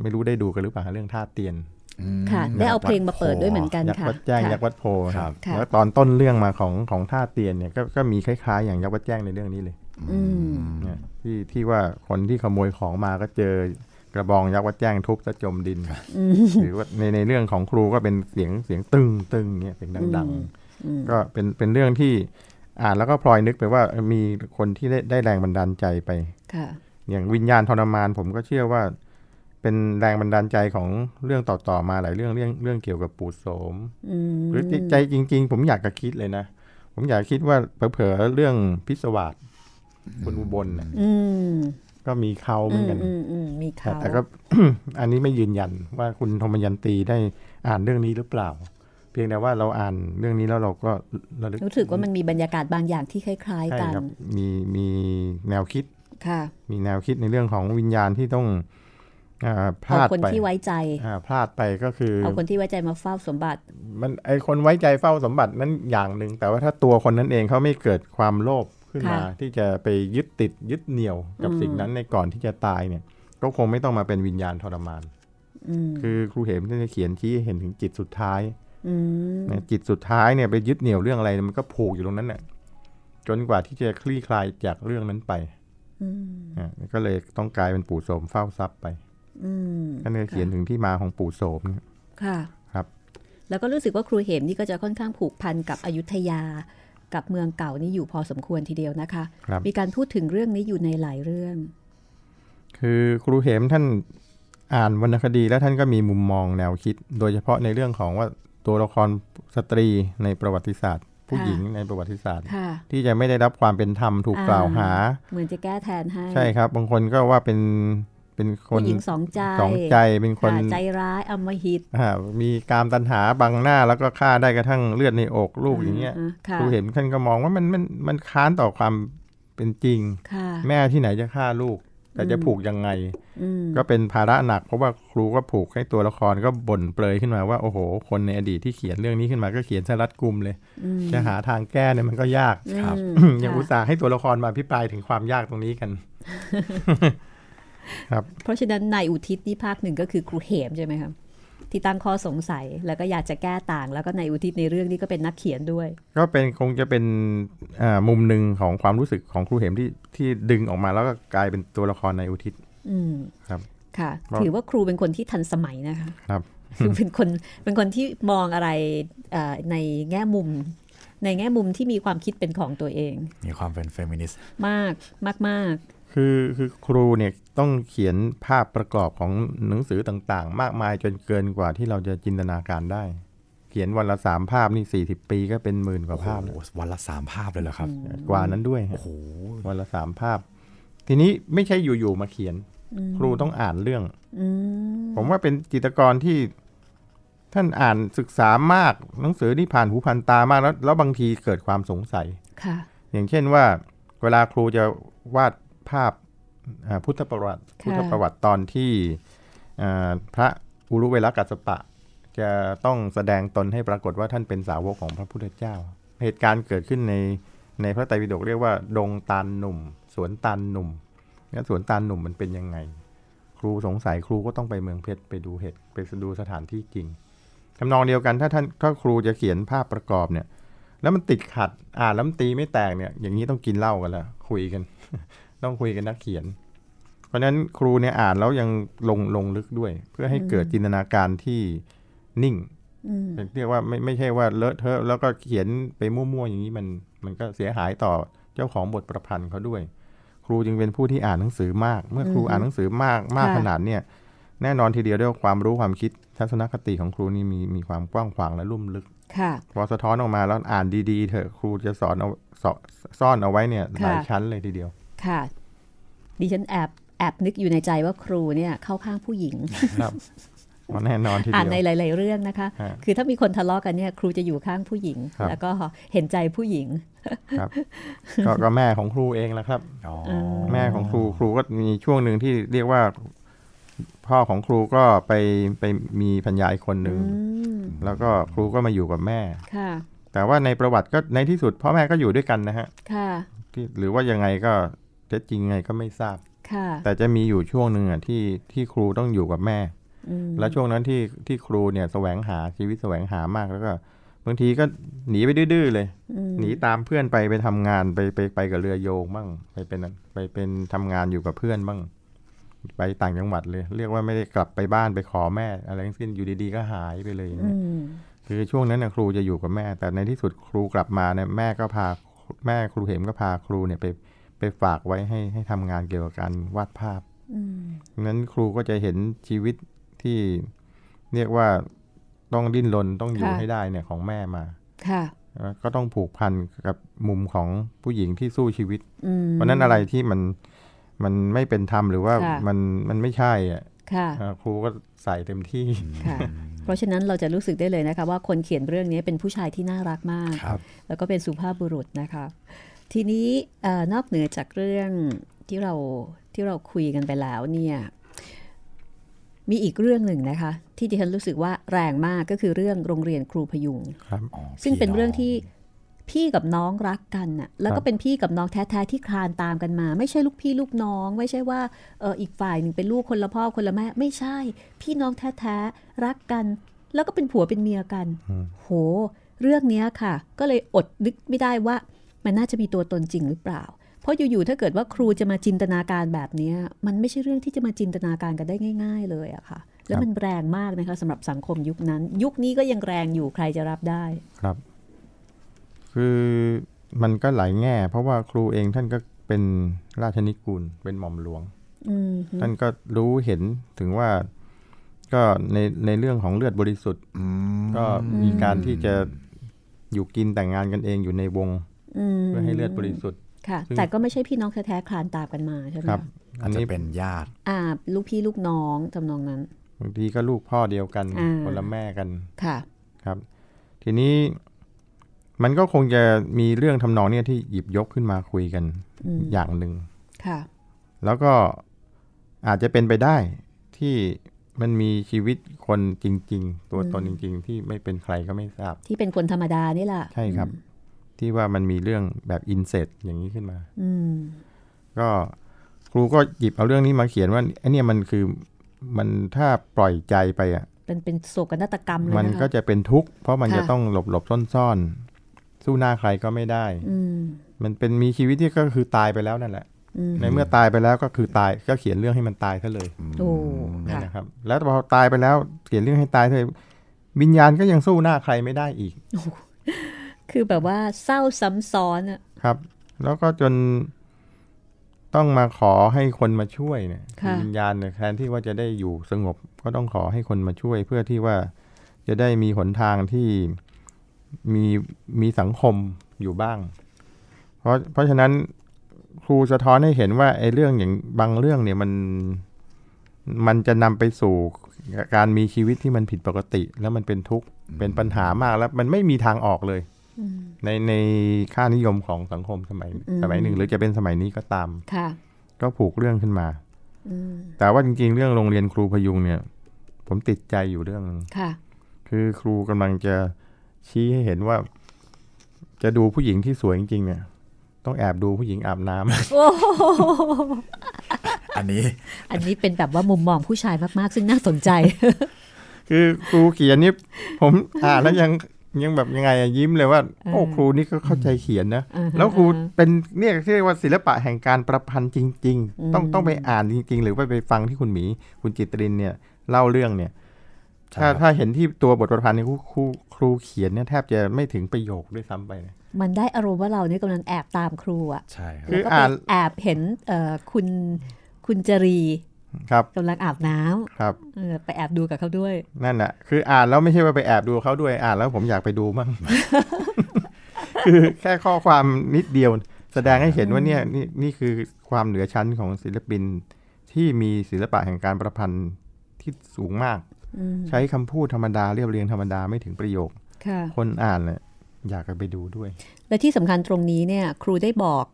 Speaker 3: ไม่รู้ได้ดูกันหรือเปล่าฮะเรื่องท่าเตียน
Speaker 1: อืม
Speaker 2: ค่ะ ได้เอาเพลงมาเปิดด้วยเหมือนกัน
Speaker 3: ยักษ์
Speaker 2: ค่ะ
Speaker 3: วัดแจ้ง
Speaker 2: ค่ะ
Speaker 3: ยักษ์วัดโพ
Speaker 1: ค
Speaker 3: ค
Speaker 1: รั
Speaker 3: รั
Speaker 1: บบ
Speaker 2: ค่ะ
Speaker 3: แล้วตอนต้นเรื่องมาของของท่าเตียนเนี่ยก็ก็มีคล้ายๆ อย่างยักษ์วัดแจ้งในเรื่องนี้เลย
Speaker 2: อืม
Speaker 3: เนี่ยที่ที่ว่าคนที่ขโมยของมาก็เจอกระบองยักษ์วัดแจ้งทุบซะจมดินหรือว่าในในเรื่องของครูก็เป็นเสียงเสียงตึงตึงเนี่ยเสียงดัง
Speaker 2: อืม
Speaker 3: ๆ ก็เป็นเป็นเรื่องที่อ่านแล้วก็พลอยนึกไปว่าเออมีคนที่ได้ได้แรงบันดาลใจไป
Speaker 2: ค่ะ
Speaker 3: อย่างวิญญาณทรมานผมก็เชื่อว่า เป็นแรงบันดาลใจของเรื่องต่อๆมาหลายเรื่องเรื่องเรื่องเกี่ยวกับปู่โสม
Speaker 2: อืม
Speaker 3: หรือจิตใจจริง ๆ ผมอยากจะคิดเลยนะ ผมอยากคิดว่าเผลอๆเรื่องพิศวาสคนอุบลน่ะ
Speaker 2: อืม
Speaker 3: ก็มีเขาเห
Speaker 2: อื
Speaker 3: มือน
Speaker 2: ม
Speaker 3: กัน
Speaker 2: อืมอืมมี
Speaker 3: แต่
Speaker 2: เขา
Speaker 3: แต่ก็ อันนี้ไม่ยืนยันว่าคุณธมยันตีได้อ่านเรื่องนี้หรือเปล่า เพียงแต่ว่าเราอ่านเรื่องนี้แล้วเราก็ระลึก
Speaker 2: รู้สึกว่ามันมีบรรยากาศบางอย่างที่คล้าย
Speaker 3: ใช่
Speaker 2: ๆ กัน
Speaker 3: ครับมีมีแนวคิด
Speaker 2: ค่ะ
Speaker 3: มีแนวคิดในเรื่องของวิญญาณที่ต้องอาพ
Speaker 2: เอา
Speaker 3: ลาด
Speaker 2: คน
Speaker 3: ไป
Speaker 2: ที่ไว้ใจ
Speaker 3: อ่าพลาดไปก็คือ
Speaker 2: เอาคนที่ไว้ใจมาเฝ้าสมบัติ
Speaker 3: มันไอคนไว้ใจเฝ้าสมบัตินั้นอย่างหนึ่ง แต่ว่าถ้าตัวคนนั้นเองเขาไม่เกิดความโลภขึ้นมา
Speaker 2: ค่ะ
Speaker 3: ที่จะไปยึดติดยึดเหนี่ยวกับ
Speaker 2: อืม
Speaker 3: สิ่งนั้นในก่อนที่จะตายเนี่ย ก็คงไม่ต้องมาเป็นวิญญาณทรมาน
Speaker 2: อืม
Speaker 3: คือครูเหมที่จะเขียนชี้ให้เห็นถึงจิตสุดท้าย
Speaker 2: อืม
Speaker 3: นะจิตสุดท้ายเนี่ยไปยึดเหนี่ยวเรื่องอะไรมันก็ผูกอยู่ตรงนั้นน่ะจนกว่าที่จะคลี่คลายจากเรื่องนั้นไป
Speaker 2: อืม
Speaker 3: อ่ะก็เลยต้องกลายเป็นปู่โสมเฝ้าทรัพย์ไป
Speaker 2: อืม
Speaker 3: ก็เลยเขียนถึงที่มาของปู่โสมเนี่ย
Speaker 2: ค่ะ
Speaker 3: ครับ
Speaker 2: แล้วก็รู้สึกว่าครูเหมนี่ก็จะค่อนข้างผูกพันกับอยุธยา กับเมืองเก่านี่อยู่พอสมควรทีเดียวนะคะ
Speaker 3: ครับ
Speaker 2: มีการพูดถึงเรื่องนี้อยู่ในหลายเรื่อง
Speaker 3: คือครูเหมท่านอ่านวรรณคดีแล้วท่านก็มีมุมมองแนวคิด โดยเฉพาะในเรื่องของว่าตัวละครสตรีในประวัติศาสตร์ ผู้
Speaker 2: ค่ะ
Speaker 3: หญิงในประวัติศาสตร์
Speaker 2: ค่ะ
Speaker 3: ที่จะไม่ได้รับความเป็นธรรมถูก
Speaker 2: อ่า
Speaker 3: กล่าวหา
Speaker 2: เหมือนจะแก้แทนให้
Speaker 3: ใช่ครับ บางคนก็ว่าเป็นเป็นคน
Speaker 2: ผู้หญิงสองใจ
Speaker 3: สองใจเป็นคน
Speaker 2: ค่ะใจร้ายอำมหิต
Speaker 3: อ่ามีการตัณหาบังหน้าแล้วก็ฆ่าได้กระทั่งเลือดในอกลูกอย่างเงี้ย
Speaker 2: ค่ะ
Speaker 3: ครูเหมท่านก็มองว่ามันมันมันค้านต่อความเป็นจริง
Speaker 2: ค่ะ
Speaker 3: แม่ที่ไหนจะฆ่าลูก แต่จะผูกยังไง
Speaker 2: อืม
Speaker 3: ก็เป็นภาระหนักเพราะว่าครูก็ผูกให้ตัวละครก็บ่นเปรยขึ้นมาว่า โอ้โห คนในอดีตที่เขียนเรื่องนี้ขึ้นมาก็เขียนสลัดกลุ่มเลย
Speaker 2: อืม
Speaker 3: จะหาทางแก้เนี่ยมันก็ยาก
Speaker 1: ครับ
Speaker 2: อืม
Speaker 3: ยัง
Speaker 2: ค่ะ
Speaker 3: อุตส่าห์ให้ตัวละครมาพิปรายถึงความยากตรงนี้กัน
Speaker 2: เพราะฉะนั้นนายอุทิศนี่ภาคหนึ่งก็คือครูเหมใช่ไหมครับที่ตั้งข้อสงสัยแล้วก็อยากจะแก้ต่าง แล้วก็นายอุทิศในเรื่องนี้ก็เป็นนักเขียนด้วย
Speaker 3: ก็เป็นคงจะเป็นอ่ามุมหนึ่งของความรู้สึกของครูเหมที่ที่ดึงออกมาแล้วก็กลายเป็นตัวละครในอุทิศ
Speaker 2: อืม
Speaker 3: ครับ
Speaker 2: ค่ะ
Speaker 3: ครับ
Speaker 2: ถือว่าครูเป็นคนที่ทันสมัย นะคะ
Speaker 3: ครับ
Speaker 2: คือเป็นคนเป็นคนที่มองอะไรเอ่อในแง่มุม ในแง่มุมที่มีความคิดเป็นของตัวเอง
Speaker 1: มีความเป็นเฟมินิสต์
Speaker 2: มากมากมาก
Speaker 3: คือคือครูเนี่ยต้องเขียนภาพประกอบของหนังสือต่างๆ มากมายจนเกินกว่าที่เราจะจินตนาการได้ เขียนวันละสามภาพนี่สี่สิบปีก็เป็นหมื่นกว่าภาพ
Speaker 1: โอ้
Speaker 3: แล้ว
Speaker 1: โหวันละสามภาพเลยเหรอครับ
Speaker 3: กว่านั้นด้วยฮะ
Speaker 1: โอ้โห
Speaker 3: วันละสามภาพ ทีนี้ไม่ใช่อยู่ๆมาเขียน ครูต้องอ่านเรื่อง
Speaker 2: อืม
Speaker 3: ผมว่าเป็นจิตรกรที่ท่านอ่านศึกษามากหนังสือที่ผ่านหูผ่านตามากแล้วแล้วบางทีเกิดความสงสัย
Speaker 2: ค่ะ
Speaker 3: อย่างเช่นว่า เวลาครูจะวาดภาพอ่าพุทธประวัติ พุทธประวัติตอนที่อ่าพระอุรุเวลกัสสปะ จะต้องแสดงตนให้ปรากฏว่าท่านเป็นสาวกของพระพุทธเจ้า เหตุการณ์เกิดขึ้นในในพระไตรปิฎกเรียกว่า ดงตาลหนุ่ม สวนตาลหนุ่ม ใน แล้วสวนตาลหนุ่มมันเป็นยังไง ครูสงสัยครูก็ต้องไปเมืองเพชรไปดูเหตุไปดูสถานที่จริงทำนองเดียวกันถ้าท่านถ้าครูจะเขียนภาพประกอบเนี่ย แล้วมันติดขัดอ่านแล้วมันตีไม่แตกเนี่ย อย่างนี้ต้องกินเหล้ากันละคุยกัน ต้องคุยกันนักเขียน เพราะฉะนั้นครูเนี่ยอ่านแล้วยังลงลงลึกด้วย เพื่อให้เกิดจินตนาการที่นิ่ง
Speaker 2: อืม
Speaker 3: เรียกว่าไม่ไม่ใช่ว่าเลอะเทอะแล้วก็เขียนไปมั่วๆอย่างนี้มันมันก็เสียหายต่อเจ้าของบทประพันธ์เขาด้วย ครูจึงเป็นผู้ที่อ่านหนังสือมาก เมื่อครูอ่านหนังสือมากมากขนาดเนี่ยแน่นอนทีเดียวด้วยว่าความรู้ความคิดทัศนคติของครูนี่มีมีความกว้างขวางและลุ่มลึก
Speaker 2: ค่ะ
Speaker 3: พอสะท้อนออกมาแล้วอ่านดีๆเถอะครูจะสอนเอาสอซ่อนเอาไว้เนี่ยหลาย
Speaker 2: ค่ะ
Speaker 3: ชั้นเลยทีเดียว
Speaker 2: ค่ะ ดิฉันแอบแอบนึกอยู่ในใจว่าครูเนี่ยเข้าข้างผู้หญิง
Speaker 3: ครับอ๋อแน่นอนที
Speaker 2: อ่าน
Speaker 3: เดียว
Speaker 2: ในหลาย ๆ เรื่องนะคะ
Speaker 3: ฮะ
Speaker 2: คือถ้ามีคนทะเลาะกันเนี่ย ครูจะอยู่ข้างผู้หญิง
Speaker 3: ครับ
Speaker 2: แล้วก็เห็นใจผู้หญิง
Speaker 3: ครับก็ก็แม่ของครูเองแหละครับ
Speaker 1: อ๋อ
Speaker 3: แม่ของครูครูก็มีช่วงหนึ่งที่เรียกว่า พ่อของครูก็ไปไปมีพัญญาอีกคนหนึ่ง
Speaker 2: อืม
Speaker 3: แล้วก็ครูก็มาอยู่กับแม่
Speaker 2: ค่ะ
Speaker 3: แต่ว่าในประวัติก็ในที่สุดพ่อแม่ก็อยู่ด้วยกันนะฮะ
Speaker 2: ค่ะ
Speaker 3: ที่หรือว่ายังไงก็เท็จจริงยังไงก็ไม่ทราบ
Speaker 2: ค่ะ
Speaker 3: แต่จะมีอยู่ช่วงหนึ่งอ่ะที่ที่ครูต้องอยู่กับแม่
Speaker 2: อืม
Speaker 3: แล้วช่วงนั้นที่ที่ครูเนี่ยแสวงหาชีวิตแสวงหามากแล้วก็บางทีก็หนีไปดื้อๆเลย
Speaker 2: อืม
Speaker 3: หนีตามเพื่อนไปไปทำงานไปไปไปกับเรือโยงบ้างไปเป็นไปเป็นทำงานอยู่กับเพื่อนบ้าง ไปต่างจังหวัดเลย เรียกว่าไม่ได้กลับไปบ้านไปขอแม่ อะไรทั้งสิ้นอยู่ดีๆก็หายไปเลยอย่าง
Speaker 2: อื
Speaker 3: เงี้ย
Speaker 2: ม
Speaker 3: คือช่วงนั้นนะครูจะอยู่กับแม่ แต่ในที่สุดครูกลับมาเนี่ยแม่ก็พาแม่ครูเห็มก็พาครูเนี่ยไปไปฝากไว้ให้ให้ทำงานเกี่ยวกับการวาดภาพ
Speaker 2: อืม
Speaker 3: ดังนั้นครูก็จะเห็นชีวิตที่เรียกว่าต้องดิ้นรนต้องอยู่ให้ได้เนี่ยของแม่มา
Speaker 2: ค่ะ
Speaker 3: ก็ต้องผูกพันกับมุมของผู้หญิงที่สู้ชีวิต
Speaker 2: อืม
Speaker 3: เพราะฉะนั้นอะไรที่มันมันไม่เป็นธรรมหรือว่า
Speaker 2: ค่ะ
Speaker 3: มันมันไม่ใช่อ่ะ
Speaker 2: ค่ะ
Speaker 3: เอ่อครูก็ใส่เต็มที่
Speaker 2: ค่ะ เพราะฉะนั้นเราจะรู้สึกได้เลยนะคะ ว่าคนเขียนเรื่องนี้เป็นผู้ชายที่น่ารักมาก
Speaker 1: ครับ
Speaker 2: แล้วก็เป็นสุภาพบุรุษนะคะ ทีนี้เอ่อนอกเหนือจากเรื่องที่เราที่เราคุยกันไปแล้วเนี่ยมีอีกเรื่องหนึ่งนะคะ ที่ดิฉันรู้สึกว่าแรงมากก็คือเรื่องโรงเรียนครูพยุง
Speaker 3: ครับ
Speaker 1: อ๋อ
Speaker 2: ซึ่งเป็น
Speaker 1: พี่
Speaker 2: เรื่องที่พี่กับน้องรักกันน่ะแล้วก็เป็นพี่กับน้องแท้ๆที่คลานตามกันมา ไม่ใช่ลูกพี่ลูกน้อง ไม่ใช่ว่าเอออีกฝ่ายหนึ่งเป็นลูกคนละพ่อคนละแม่ ไม่ใช่ พี่น้องแท้ๆรักกัน แล้วก็เป็นผัวเป็นเมียกัน
Speaker 3: อืม
Speaker 2: โห เรื่องเนี้ยค่ะ ก็เลยอดนึกไม่ได้ว่า มันน่าจะมีตัวตนจริงหรือเปล่า เพราะอยู่ๆถ้าเกิดว่าครูจะมาจินตนาการแบบเนี้ยมันไม่ใช่เรื่องที่จะมาจินตนาการกันได้ง่าย ๆ เลยอะค่ะ แล้วมันแรงมากนะคะสำหรับสังคมยุคนั้น ยุคนี้ก็ยังแรงอยู่ใครจะรับได้
Speaker 3: ครับ คือมันก็หลายแง่ เพราะว่าครูเองท่านก็เป็นราชนิกูลเป็นหม่อมหลวง
Speaker 2: อืม
Speaker 3: ท่านก็รู้เห็นถึงว่าก็ในในเรื่องของเลือดบริสุทธิ์
Speaker 1: อืม
Speaker 3: ก็มีการที่จะอยู่กินแต่งงานกันเองอยู่ในวง
Speaker 2: อืม
Speaker 3: เพื่อให้เลือดบริสุทธิ์
Speaker 2: ค่ะ
Speaker 3: ซึ่ง
Speaker 2: แต่ก็ไม่ใช่พี่น้องแท้ๆคลานตามกันมาใช่ไหม
Speaker 3: ครับ
Speaker 2: คะ
Speaker 1: อาจจะเป็นญาติ
Speaker 2: อ่า ลูกพี่ลูกน้องจำนองนั้น
Speaker 3: บางทีก็ลูกพ่อเดียวกัน
Speaker 2: อ่า
Speaker 3: คนละแม่กัน
Speaker 2: ค่ะ
Speaker 3: ครับ ทีนี้มันก็คงจะมีเรื่องทำนองเนี่ยที่หยิบยกขึ้นมาคุยกัน
Speaker 2: อืม
Speaker 3: อย่างหนึ่ง
Speaker 2: ค่ะ
Speaker 3: แล้วก็อาจจะเป็นไปได้ที่มันมีชีวิตคนจริง ๆ ตัวตนจริง ๆ ที่ไม่เป็นใครก็ไม่ทราบ
Speaker 2: ที่เป็นคนธรรมดานี่แหละ
Speaker 3: ใช่ครับ ที่ว่ามันมีเรื่องแบบอินเซตอย่างนี้ขึ้นมา
Speaker 2: อืม
Speaker 3: ก็ครูก็หยิบเอาเรื่องนี้มาเขียนว่าไอเนี่ยมันคือมันถ้าปล่อยใจไปอ่ะ
Speaker 2: เป็นเป็นโศกนาฏกรรมเลย
Speaker 3: มั
Speaker 2: นะ
Speaker 3: น
Speaker 2: คะ
Speaker 3: ก็จะเป็นทุกข์เพราะมัน
Speaker 2: ค่ะ
Speaker 3: จะต้องหลบหลบซ่อนซ่อนๆสู้หน้าใครก็ไม่ได้
Speaker 2: อืม
Speaker 3: มันเป็นมีชีวิตที่ก็คือตายไปแล้วนั่นแหละ
Speaker 2: อืม
Speaker 3: ในเมื่อตายไปแล้วก็คือตายก็เขียนเรื่องให้มันตายซะเลย
Speaker 2: โอ้
Speaker 3: นั่น
Speaker 2: ค่ะ
Speaker 3: นะครับ แล้วพอตายไปแล้วเขียนเรื่องให้ตายซะเลยวิญญาณก็ยังสู้หน้าใครไม่ได้อีก
Speaker 2: คือแบบว่าเศร้าซ้ำซ้อนอะ
Speaker 3: ครับ แล้วก็จนต้องมาขอให้คนมาช่วยเนี่ย
Speaker 2: ค่ะ
Speaker 3: วิญญาณเนี่ยแทนที่ว่าจะได้อยู่สงบ ก็ต้องขอให้คนมาช่วย เพื่อที่ว่าจะได้มีหนทางที่มีมีสังคมอยู่บ้าง เพราะเพราะฉะนั้นครูสะท้อนให้เห็นว่าไอ้เรื่องอย่างบางเรื่องเนี่ยมันมันจะนำไปสู่การมีชีวิตที่มันผิดปกติ แล้วมันเป็นทุกข์เป็นปัญหามากแล้วมันไม่มีทางออกเลย ในในค่านิยมของสังคมสมัย
Speaker 2: อืม
Speaker 3: สมัยหนึ่ง หรือจะเป็นสมัยนี้ก็ตาม
Speaker 2: ค่ะ
Speaker 3: ก็ผูกเรื่องขึ้นมา
Speaker 2: อืม
Speaker 3: แต่ว่าจริง ๆ เรื่องโรงเรียนครูพยุงเนี่ย ผมติดใจอยู่เรื่องหนึ่ง
Speaker 2: ค่ะ
Speaker 3: คือครูกำลังจะชี้ให้เห็นว่า จะดูผู้หญิงที่สวยจริงๆเนี่ย ต้องแอบดูผู้หญิงอาบน้ำ
Speaker 2: โอ้โห
Speaker 1: อันนี้
Speaker 2: อันนี้เป็นแบบว่ามุมมองผู้ชายมากๆ ซึ่งน่าสนใจ
Speaker 3: คือครูเขียนนี่ผมอ่านแล้วยังยังแบบยังไงอะยิ้มเลยว่า โอ้
Speaker 2: เออ
Speaker 3: ครูนี่ก็เข้าใจเขียนนะ
Speaker 2: อือฮะ
Speaker 3: แล้วครูเป็นเนี่ยที่เรียกว่าศิลปะแห่งการประพันธ์จริง
Speaker 2: อืม
Speaker 3: ๆ ต้องต้องไปอ่านจริง ๆ หรือว่าไปฟังที่คุณหมี คุณจิตรินเนี่ยเล่าเรื่องเนี่ย
Speaker 1: ใช่
Speaker 3: ถ้า
Speaker 1: ครับ
Speaker 3: ถ้าเห็นที่ตัวบทประพันธ์เนี่ยครูครูครูเขียนเนี่ยแทบจะไม่ถึงประโยคด้วยซ้ำไปนะ
Speaker 2: มันได้อารมณ์ว่าเราเนี่ยกำลังแอบตามครูอะ
Speaker 1: ใช่ครับ
Speaker 3: คือ
Speaker 2: แล้วก็ไป
Speaker 3: อ่าน
Speaker 2: แอบเห็นเอ่อคุณคุณจรี
Speaker 3: ครับ
Speaker 2: กำลังอาบน้
Speaker 3: ครับ
Speaker 2: ำเออไปแอบดูกับเขาด้วย
Speaker 3: นั่นแหละคืออ่านแล้วไม่ใช่ว่าไปแอบดูเขาด้วยอ่านแล้วผมอยากไปดูมั่ง คือแค่ข้อความนิดเดียว แสดงให้เห็นว่าเนี่ยนี่นี่คือความเหนือชั้นของศิลปิน ที่มีศิลปะแห่งการประพันธ์ที่สูงมาก
Speaker 2: อืม
Speaker 3: ใช้คำพูดธรรมดาเรียบเรียงธรรมดาไม่ถึงประโยค
Speaker 2: ค่ะ
Speaker 3: คนอ่านเนี่ยอยากจะไปดูด้วย
Speaker 2: และที่สำคัญตรงนี้เนี่ยครูได้บอก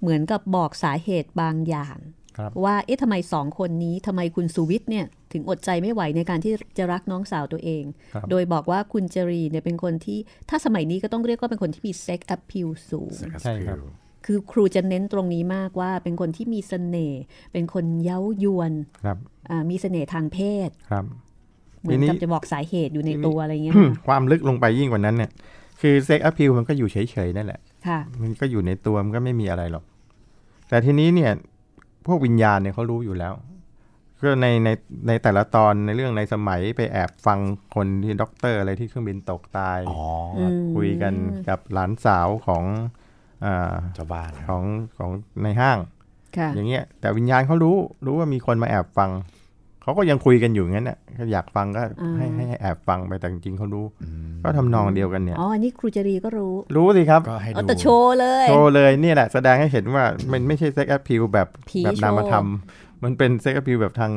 Speaker 2: เหมือนกับบอกสาเหตุบางอย่าง
Speaker 3: ครับ
Speaker 2: ว่าเอ๊ะทำไมสองคนนี้ทำไมคุณสุวิทย์เนี่ยถึงอดใจไม่ไหวในการที่จะรักน้องสาวตัวเอง
Speaker 3: ครับ
Speaker 2: โดยบอกว่าคุณจรีเนี่ยเป็นคนที่ถ้าสมัยนี้ก็ต้องเรียกว่าเป็นคนที่มีเซ็ก p อ e a l สูง
Speaker 1: Sex
Speaker 3: ใช่ครับ
Speaker 1: appeal
Speaker 2: คือครูจะเน้นตรงนี้มากว่าเป็นคนที่มีเสน่ห์เป็นคนเย้ายวน
Speaker 3: ครับ
Speaker 2: อ่ามีเสน่ห์ทางเพศ
Speaker 3: ครับ
Speaker 2: เหมือน
Speaker 3: ทีนี้
Speaker 2: กับจะบอกสาเหตุอยู่ในตัวอะไรเงี้ยนะคะ
Speaker 3: ความลึกลงไปยิ่งกว่านั้นเนี่ย คือเซ็กอัพพิวมันก็อยู่เฉยๆนั่นแหละ
Speaker 2: ค่ะ
Speaker 3: มันก็อยู่ในตัวมันก็ไม่มีอะไรหรอก แต่ทีนี้เนี่ย พวกวิญญาณเนี่ยเขารู้อยู่แล้ว ก็ในในในแต่ละตอนในเรื่องในสมัยไปแอบฟังคนที่ด็อกเตอร์อะไรที่เครื่องบินตกตาย
Speaker 1: อ๋ออ
Speaker 2: ม
Speaker 3: คุยกันกับหลานสาวของอา
Speaker 1: เจ้าบ้านค
Speaker 3: ข
Speaker 1: รับ
Speaker 3: องของในห้าง
Speaker 2: ค่ะ
Speaker 3: อย่างเงี้ย แต่วิญญาณเขารู้รู้ว่ามีคนมาแอบฟัง เขาก็ยังคุยกันอยู่งั้นน่ะก็อยากฟังก็
Speaker 2: อ่า
Speaker 3: ให้ให้ให้แอบฟังไปแต่จริงๆเขารู้
Speaker 1: อืม
Speaker 3: ก็ทำนองเดียวกันเนี่ย
Speaker 2: อ๋ออันนี้ครูจรีก็รู้
Speaker 3: รู้สิครับ
Speaker 1: ก็ให้
Speaker 2: เอา
Speaker 1: ดู
Speaker 2: แต่โชว์เลย
Speaker 3: โชว์เลยเนี่ยแหละแสดงให้เห็นว่ามันไม่ใช่เซ็กแอ e a l แบบ
Speaker 2: ผี
Speaker 3: แบบนามธรรม มันเป็นเซ็กแอ e a l แบบทาง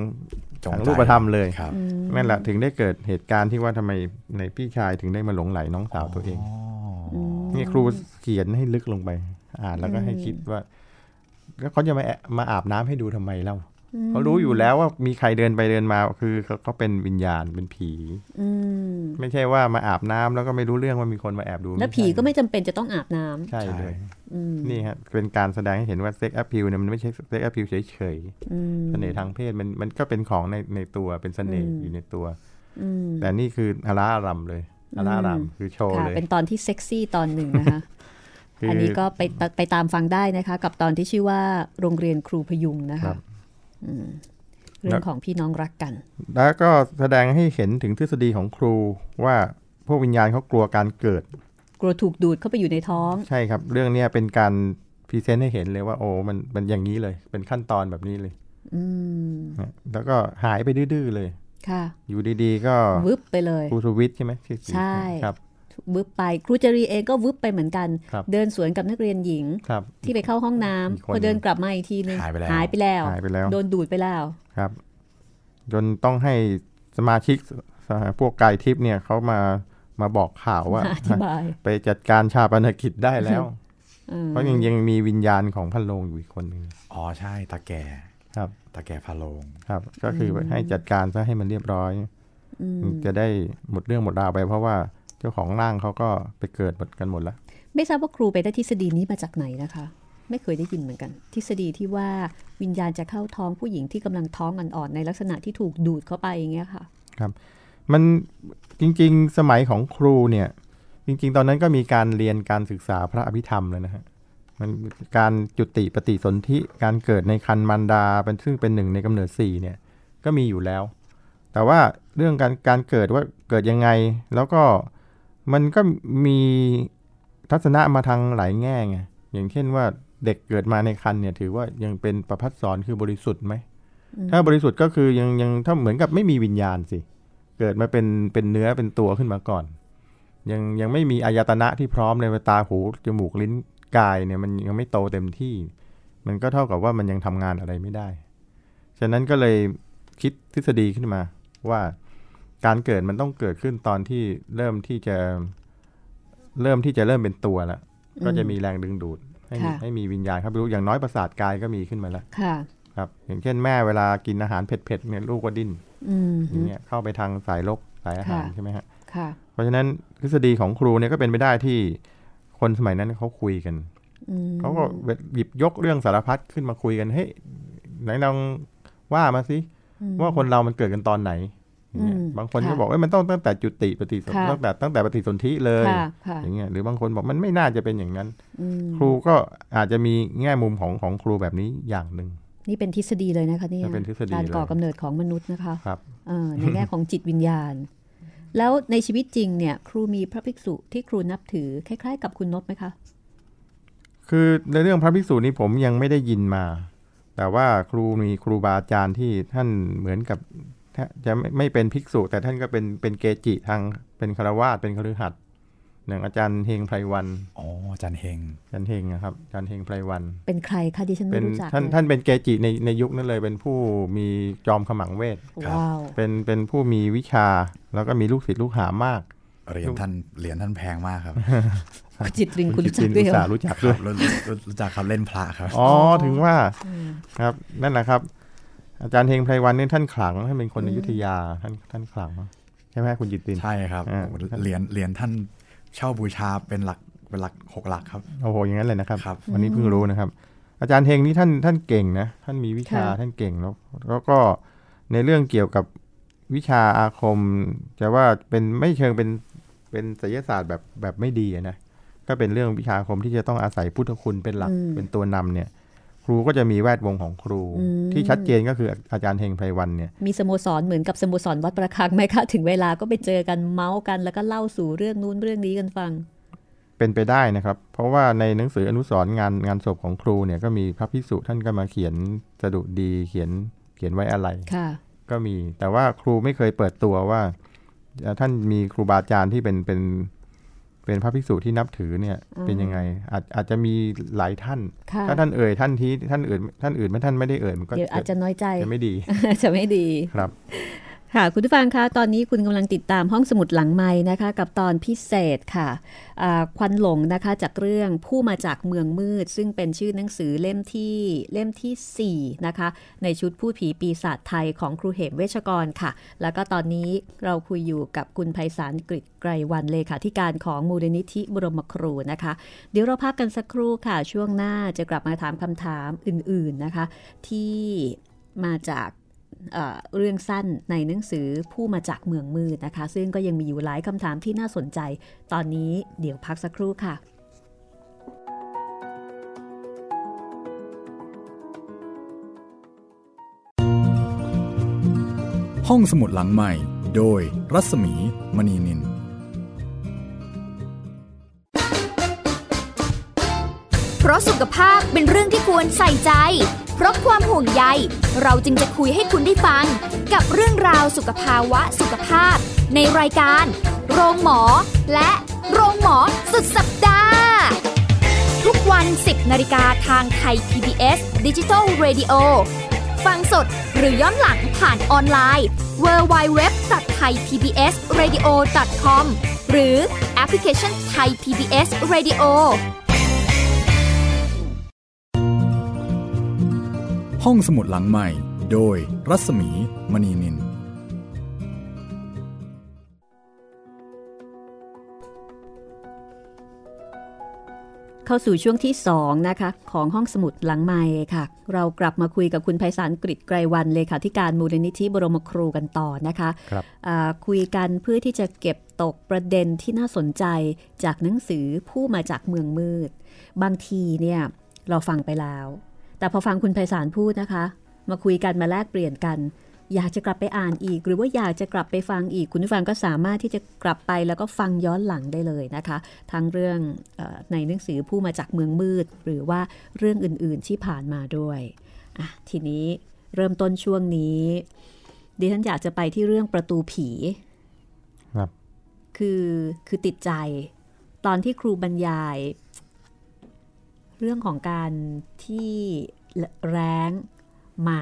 Speaker 1: จง
Speaker 3: ทาง
Speaker 1: ใจ
Speaker 3: รูปธรรมเลย
Speaker 1: ครับ
Speaker 3: นั่นแหละถึงได้เกิดเหตุการณ์ที่ว่าทำไมในพี่ชายถึงได้มาหลงไหลน้องสาวตัวเอง
Speaker 1: อ๋อ
Speaker 3: นี่ครูเขียนให้ลึกลงไป อ่านแล้วก็ให้คิดว่า แล้วเขาจะมาแอะมาอาบน้ำให้ดูทำไมเล่าเขารู้อยู่แล้วว่ามีใครเดินไปเดินมาคือเขาเขาเป็นวิญญาณเป็นผี
Speaker 2: อืม
Speaker 3: ไม่ใช่ว่ามาอาบน้ำแล้วก็ไม่รู้เรื่องว่ามีคนมาแอบดู
Speaker 2: แล้ว
Speaker 3: ใช่
Speaker 2: ผีก็ไม่จำเป็นจะต้องอาบน้ำ
Speaker 3: ใช่เลย
Speaker 2: อืม
Speaker 3: นี่ฮะเป็นการแสดงให้เห็นว่าเซ็กแอ e พิวเนี่ยมันไม่ใช่เซ็กแอ e พิวเฉย
Speaker 2: อืม
Speaker 3: ๆเสน่ห์ทางเพศมันมันก็เป็นของในในตัวเป็นเสน่ห์อยู่ในตัว
Speaker 2: อืม
Speaker 3: แต่นี่คืออาราอารมเลยอาราอารมคือโชว์
Speaker 2: ค่ะ
Speaker 3: เลย
Speaker 2: เป็นตอนที่เซ็กซี่ตอนหนึ่งนะคะ
Speaker 3: คื
Speaker 2: อันนี้ก็ไปตไปตามฟังได้นะคะ กับตอนที่ชื่อว่าโรงเรียนครูพยุงนะ
Speaker 3: ครั
Speaker 2: คะ
Speaker 3: บ
Speaker 2: อืมเรื่องของพี่น้องรักกัน
Speaker 3: แล้วก็แสดงให้เห็นถึงทฤษฎีของครูว่าพวกวิญญาณเขากลัวการเกิด
Speaker 2: กลัวถูกดูดเข้าไปอยู่ในท้อง
Speaker 3: ใช่ครับ เรื่องเนี้ยเป็นการพรีเซนต์ให้เห็นเลยว่าโอ้มันมันอย่างนี้เลยเป็นขั้นตอนแบบนี้เลย
Speaker 2: อืม
Speaker 3: นะแล้วก็หายไปดื้อๆเลย
Speaker 2: ค่ะ
Speaker 3: อยู่ดีๆ ก็
Speaker 2: วึบไปเลย
Speaker 3: ครูสวิทย์ใช่ไหมที่สี
Speaker 2: ใช่
Speaker 3: ครับ
Speaker 2: วึบไปครูจรีเองก็วึบไปเหมือนกัน
Speaker 3: ครับ
Speaker 2: เดินสวนกับนักเรียนหญิง
Speaker 3: ครับ
Speaker 2: ที่ไปเข้าห้องน้ำ
Speaker 3: มีคน
Speaker 2: พอเดินกลับมาอีกทีนึง
Speaker 1: หายไปแล้ว
Speaker 2: ยไปแล้ว
Speaker 3: หายไปแล้ว
Speaker 2: โดนดูดไปแล้ว
Speaker 3: ครับ จนต้องให้สมาชิกสหพวกกายทิพย์เนี่ยเขามามาบอกข่าว ว่า
Speaker 2: อธิบาย
Speaker 3: ไปจัดการชาปนกิจได้แล้ว
Speaker 2: เออ
Speaker 3: เพราะยังยังมีวิญญาณของพันโลงอยู่อีกคนหนึ่ง
Speaker 1: อ๋อใช่ตาแก่
Speaker 3: ครับ
Speaker 1: ตาแก่พาลง
Speaker 3: ครับ ก็คืออให้จัดการซะให้มันเรียบร้อย
Speaker 2: อืม
Speaker 3: จะได้หมดเรื่องหมดราวไป เพราะว่าเจ้าของร่างเขาก็ไปเกิดหมดกันหมดแล้ว
Speaker 2: ไม่ทราบว่าครูไปได้ทฤษฎีนี้มาจากไหนนะคะ ไม่เคยได้ยินเหมือนกัน ทฤษฎีที่ว่าวิญญาณจะเข้าท้องผู้หญิงที่กำลังท้องอ่อนๆในลักษณะที่ถูกดูดเข้าไปอย่างเงี้ยค่ะ
Speaker 3: มันจริง ๆ สมัยของครูเนี่ย จริง ๆ ตอนนั้นก็มีการเรียนการศึกษาพระอภิธรรมเลยนะฮะมันการจุติปฏิสนธิการเกิดในคันมันดาเป็นซึ่งเป็นหนึ่งในกำเนิดสี่เนี่ย ก็มีอยู่แล้ว แต่ว่าเรื่องการการเกิดว่าเกิดยังไง แล้วก็มันก็มีทัศนะมาทางหลายแง่ไงอย่างเช่นว่าเด็กเกิดมาในคันเนี่ย ถือว่ายังเป็นประพัดสอนคือบริสุทธิ์ไหมถ้าบริสุทธิ์ก็คือยังยังถ้าเหมือนกับไม่มีวิญญาณสิ เกิดมาเป็นเป็นเนื้อเป็นตัวขึ้นมาก่อน ยังยังไม่มีอายตนะที่พร้อมเลยตาหูจมูกลิ้นกายเนี่ยมันยังไม่โตเต็มที่ มันก็เท่ากับว่ามันยังทำงานอะไรไม่ได้ ฉะนั้นก็เลยคิดทฤษฎีขึ้นมาว่าการเกิดมันต้องเกิดขึ้นตอนที่เริ่มที่จะเริ่มที่จะเริ่มเป็นตัวแล้วก็จะมีแรงดึงดูด ให้มี
Speaker 2: ค่ะ
Speaker 3: ให้มีวิญญาณครับรู้อย่างน้อยประสาทกายก็มีขึ้นมาแล้ว
Speaker 2: ค่ะ
Speaker 3: ครับ อย่างเช่นแม่เวลากินอาหารเผ็ดๆเนี่ยลูกก็ดิ้น
Speaker 2: อืม
Speaker 3: อย่างเงี้ยเข้าไปทางสายลบสายอาหาร
Speaker 2: ค่ะ
Speaker 3: ใช่ไหมฮะ
Speaker 2: ค่ะ
Speaker 3: เพราะฉะนั้นทฤษฎีของครูเนี่ยก็เป็นไปได้ที่คนสมัยนั้นเขาคุยกัน
Speaker 2: อืม
Speaker 3: เขาก็หยิบยกเรื่องสารพัดขึ้นมาคุยกันเฮ้ยไหนลองว่ามาสิ
Speaker 2: อืม
Speaker 3: ว่าคนเรามันเกิดกันตอนไหนอย่างเงี้ย
Speaker 2: อืม
Speaker 3: บางคน
Speaker 2: ค่ะ
Speaker 3: ก็บอกว่ามันต้องตั้งแต่จุติปฏิสนธิ
Speaker 2: ค่ะ
Speaker 3: ตั้งแต่ตั้งแต่ปฏิสนธิเลย
Speaker 2: ค่ะค่ะ
Speaker 3: อย่างเงี้ยหรือบางคนบอกมันไม่น่าจะเป็นอย่างนั้น
Speaker 2: อืม
Speaker 3: ครูก็อาจจะมีแง่มุมของของครูแบบนี้อย่างหนึ่ง
Speaker 2: นี่เป็นทฤษฎีเลยนะคะเนี่ย
Speaker 3: นี่เป็นทฤษฎี
Speaker 2: การก่อ
Speaker 3: เลย
Speaker 2: กำเนิดของมนุษย์นะคะ
Speaker 3: ครับ
Speaker 2: เอ่อในแง่ของจิตวิญญาณ แล้วในชีวิตจริงเนี่ย ครูมีพระภิกษุที่ครูนับถือคล้ายๆ กับคุณนพไหมคะ
Speaker 3: คือในเรื่องพระภิกษุนี้ผมยังไม่ได้ยินมา แต่ว่าครูมีครูบาอาจารย์ที่ท่านเหมือนกับแทบจะไม่ไม่เป็นภิกษุ แต่ท่านก็เป็นเป็นเกจิทางเป็นคารวาสถ์เป็นคฤหัสถ์อย่างอาจารย์เฮงไพรวัน
Speaker 1: อ๋ออาจารย์เฮง
Speaker 3: อาจารย์เฮงนะครับอาจารย์เฮงไพรวัน
Speaker 2: เป็นใครคะดิฉัน
Speaker 3: เป็
Speaker 2: ไม่
Speaker 3: น
Speaker 2: รู้จัก
Speaker 3: ท่าน
Speaker 2: เลย
Speaker 3: ท่านเป็นเกจิในในยุคนั้นเลยเป็นผู้มีจอมขมังเวท
Speaker 1: ครับ
Speaker 2: ว้าว
Speaker 3: เป็นเป็นผู้มีวิชา แล้วก็มีลูกศิษย์ลูกหามาก
Speaker 1: เหรียญท่านเหรียญท่านแพงมาก ครับ
Speaker 2: คุณจิตรินคุณรู้จัก
Speaker 3: จิต
Speaker 2: ด้
Speaker 3: ติ
Speaker 2: วน ยเห
Speaker 3: อุต
Speaker 2: ร
Speaker 3: สา
Speaker 2: อ
Speaker 3: ห์รู้จัก
Speaker 1: ค
Speaker 3: ด้
Speaker 1: รั
Speaker 3: ว
Speaker 1: บ
Speaker 3: ย
Speaker 1: รู้รู้รู้จักครับเล่นพระครับ
Speaker 3: อ๋อถึงว่า
Speaker 2: อืม
Speaker 3: ครับนั่นแหละครับ อาจารย์เฮงไพรวันเนี่ยท่านขลังท่านเป็นคนอยุธยาท่านท่านขลังใช่ไหมคุณจิตติน
Speaker 1: ใช่ครับ
Speaker 3: อ่า
Speaker 1: เหรียญเหรียญท่านเช่าบูชาเป็นหลักเป็นหลักหกหลักครับ
Speaker 3: โอ้โหอย่างนั้นเลยนะครับ
Speaker 1: ครับ
Speaker 3: วันนี้เพิ่งรู้นะครับ อาจารย์เฮงนี่ท่านท่านเก่งนะท่านมีวิชา
Speaker 2: ค่ะ
Speaker 3: ท่านเก่งแล้วแล้วก็ในเรื่องเกี่ยวกับวิชาอาคม จะว่าเป็นไม่เชิงเป็นเป็นศิลศาสตร์แบบแบบไม่ดีอะนะก็เป็นเรื่องวิชาอาคมที่จะต้องอาศัยพุทธคุณเป็นหลัก
Speaker 2: อืม
Speaker 3: เป็นตัวนำเนี่ย ครูก็จะมีแวดวงของครู
Speaker 2: อืม
Speaker 3: ที่ชัดเจนก็คืออาจารย์เฮงไพรวันเนี่ย
Speaker 2: มีสโมสรเหมือนกับสโมสรวัดประคังไหมคะ ถึงเวลาก็ไปเจอกันเมาส์กันแล้วก็เล่าสู่เรื่องนู้นเรื่องนี้กันฟัง
Speaker 3: เป็นไปได้นะครับ เพราะว่าในหนังสืออนุสรณ์งานงานศพของครูเนี่ยก็มีพระพิสุท่านก็มาเขียนสดุดีเขียนเขียนไว้อะไร
Speaker 2: ค่ะ
Speaker 3: ก็มี แต่ว่าครูไม่เคยเปิดตัวว่าเอ่อท่านมีครูบาอาจารย์ที่เป็นเป็นเป็นพระภิกษุที่นับถือเนี่ย
Speaker 2: อืม
Speaker 3: เป็นยังไงอาจอาจจะมีหลายท่าน
Speaker 2: ค่ะ
Speaker 3: ถ้าท่านเอ่ยท่านที่ท่านอื่นท่านอื่นไม่ท่านไม่ได้เอ่ยมันก็
Speaker 2: เดี๋ยวอาจจะน้อยใจ
Speaker 3: จะไม่ดี
Speaker 2: จะไม่ดี
Speaker 3: ครับ
Speaker 2: ค่ะคุณผู้ฟังคะตอนนี้คุณกำลังติดตามห้องสมุดหลังไม้นะคะ กับตอนพิเศษค่ะอ่าควันหลงนะคะจากเรื่องผู้มาจากเมืองมืด ซึ่งเป็นชื่อหนังสือเล่มที่เล่มทีสี่4นะคะในชุดผู้ผีปีศาจไทยของครูเหมเวชกรค่ะ แล้วก็ตอนนี้เราคุยอยู่กับคุณไพศาลกฤษไกรวันเลขาธิการของมูลนิธิบรมครูนะคะ เดี๋ยวเราพักกันสักครู่ค่ะ ช่วงหน้าจะกลับมาถามคำถามอื่นๆนะคะ ที่มาจาก เอ่อเรื่องสั้นในหนังสือผู้มาจากเมืองมืดนะคะ ซึ่งก็ยังมีอยู่หลายคำถามที่น่าสนใจ ตอนนี้เดี๋ยวพักสักครู่ค่ะ
Speaker 1: ห้องสมุดหลังใหม่ โดยรัศมีมณีนิน
Speaker 4: เพราะสุขภาพเป็นเรื่องที่ควรใส่ใจ เพราะความห่วงใย เราจึงจะคุยให้คุณได้ฟัง กับเรื่องราวสุขภาวะสุขภาพ ในรายการ โรงหมอ และโรงหมอสุดสัปดาห์ ทุกวัน 10นาฬิกาทางไทย PBS d i g i ดิจิ a d i o ฟังสดหรือย้อนหลังผ่านออนไลน์ www.thaipbsradio.com หรือแอปพลิเคชัน Thai PBS Radio
Speaker 1: ห้องสมุดหลังใหม่ โดยรัศมีมณีนิน
Speaker 2: เข้าสู่ช่วงที่ 2 นะคะ ของห้องสมุดหลังไม้ค่ะ เรากลับมาคุยกับคุณไพศาลกฤษไกรวันเลขาธิการมูลนิธิบรมครูกันต่อนะคะ
Speaker 3: ครับ
Speaker 2: อ่าคุยกันเพื่อที่จะเก็บตกประเด็นที่น่าสนใจจากหนังสือผู้มาจากเมืองมืด บางทีเนี่ยเราฟังไปแล้ว แต่พอฟังคุณไพศาลพูดนะคะ มาคุยกันมาแลกเปลี่ยนกัน อยากจะกลับไปอ่านอีก หรือว่าอยากจะกลับไปฟังอีก คุณผู้ฟังก็สามารถที่จะกลับไปแล้วก็ฟังย้อนหลังได้เลยนะคะ ทั้งเรื่องเออในหนังสือผู้มาจากเมืองมืด หรือว่าเรื่องอื่นๆที่ผ่านมาด้วยอ่ะทีนี้เริ่มต้นช่วงนี้ดิฉันอยากจะไปที่เรื่องประตูผี
Speaker 3: ครับ
Speaker 2: คือคือติดใจ ตอนที่ครูบรรยาย เรื่องของการที่แร้ง หมา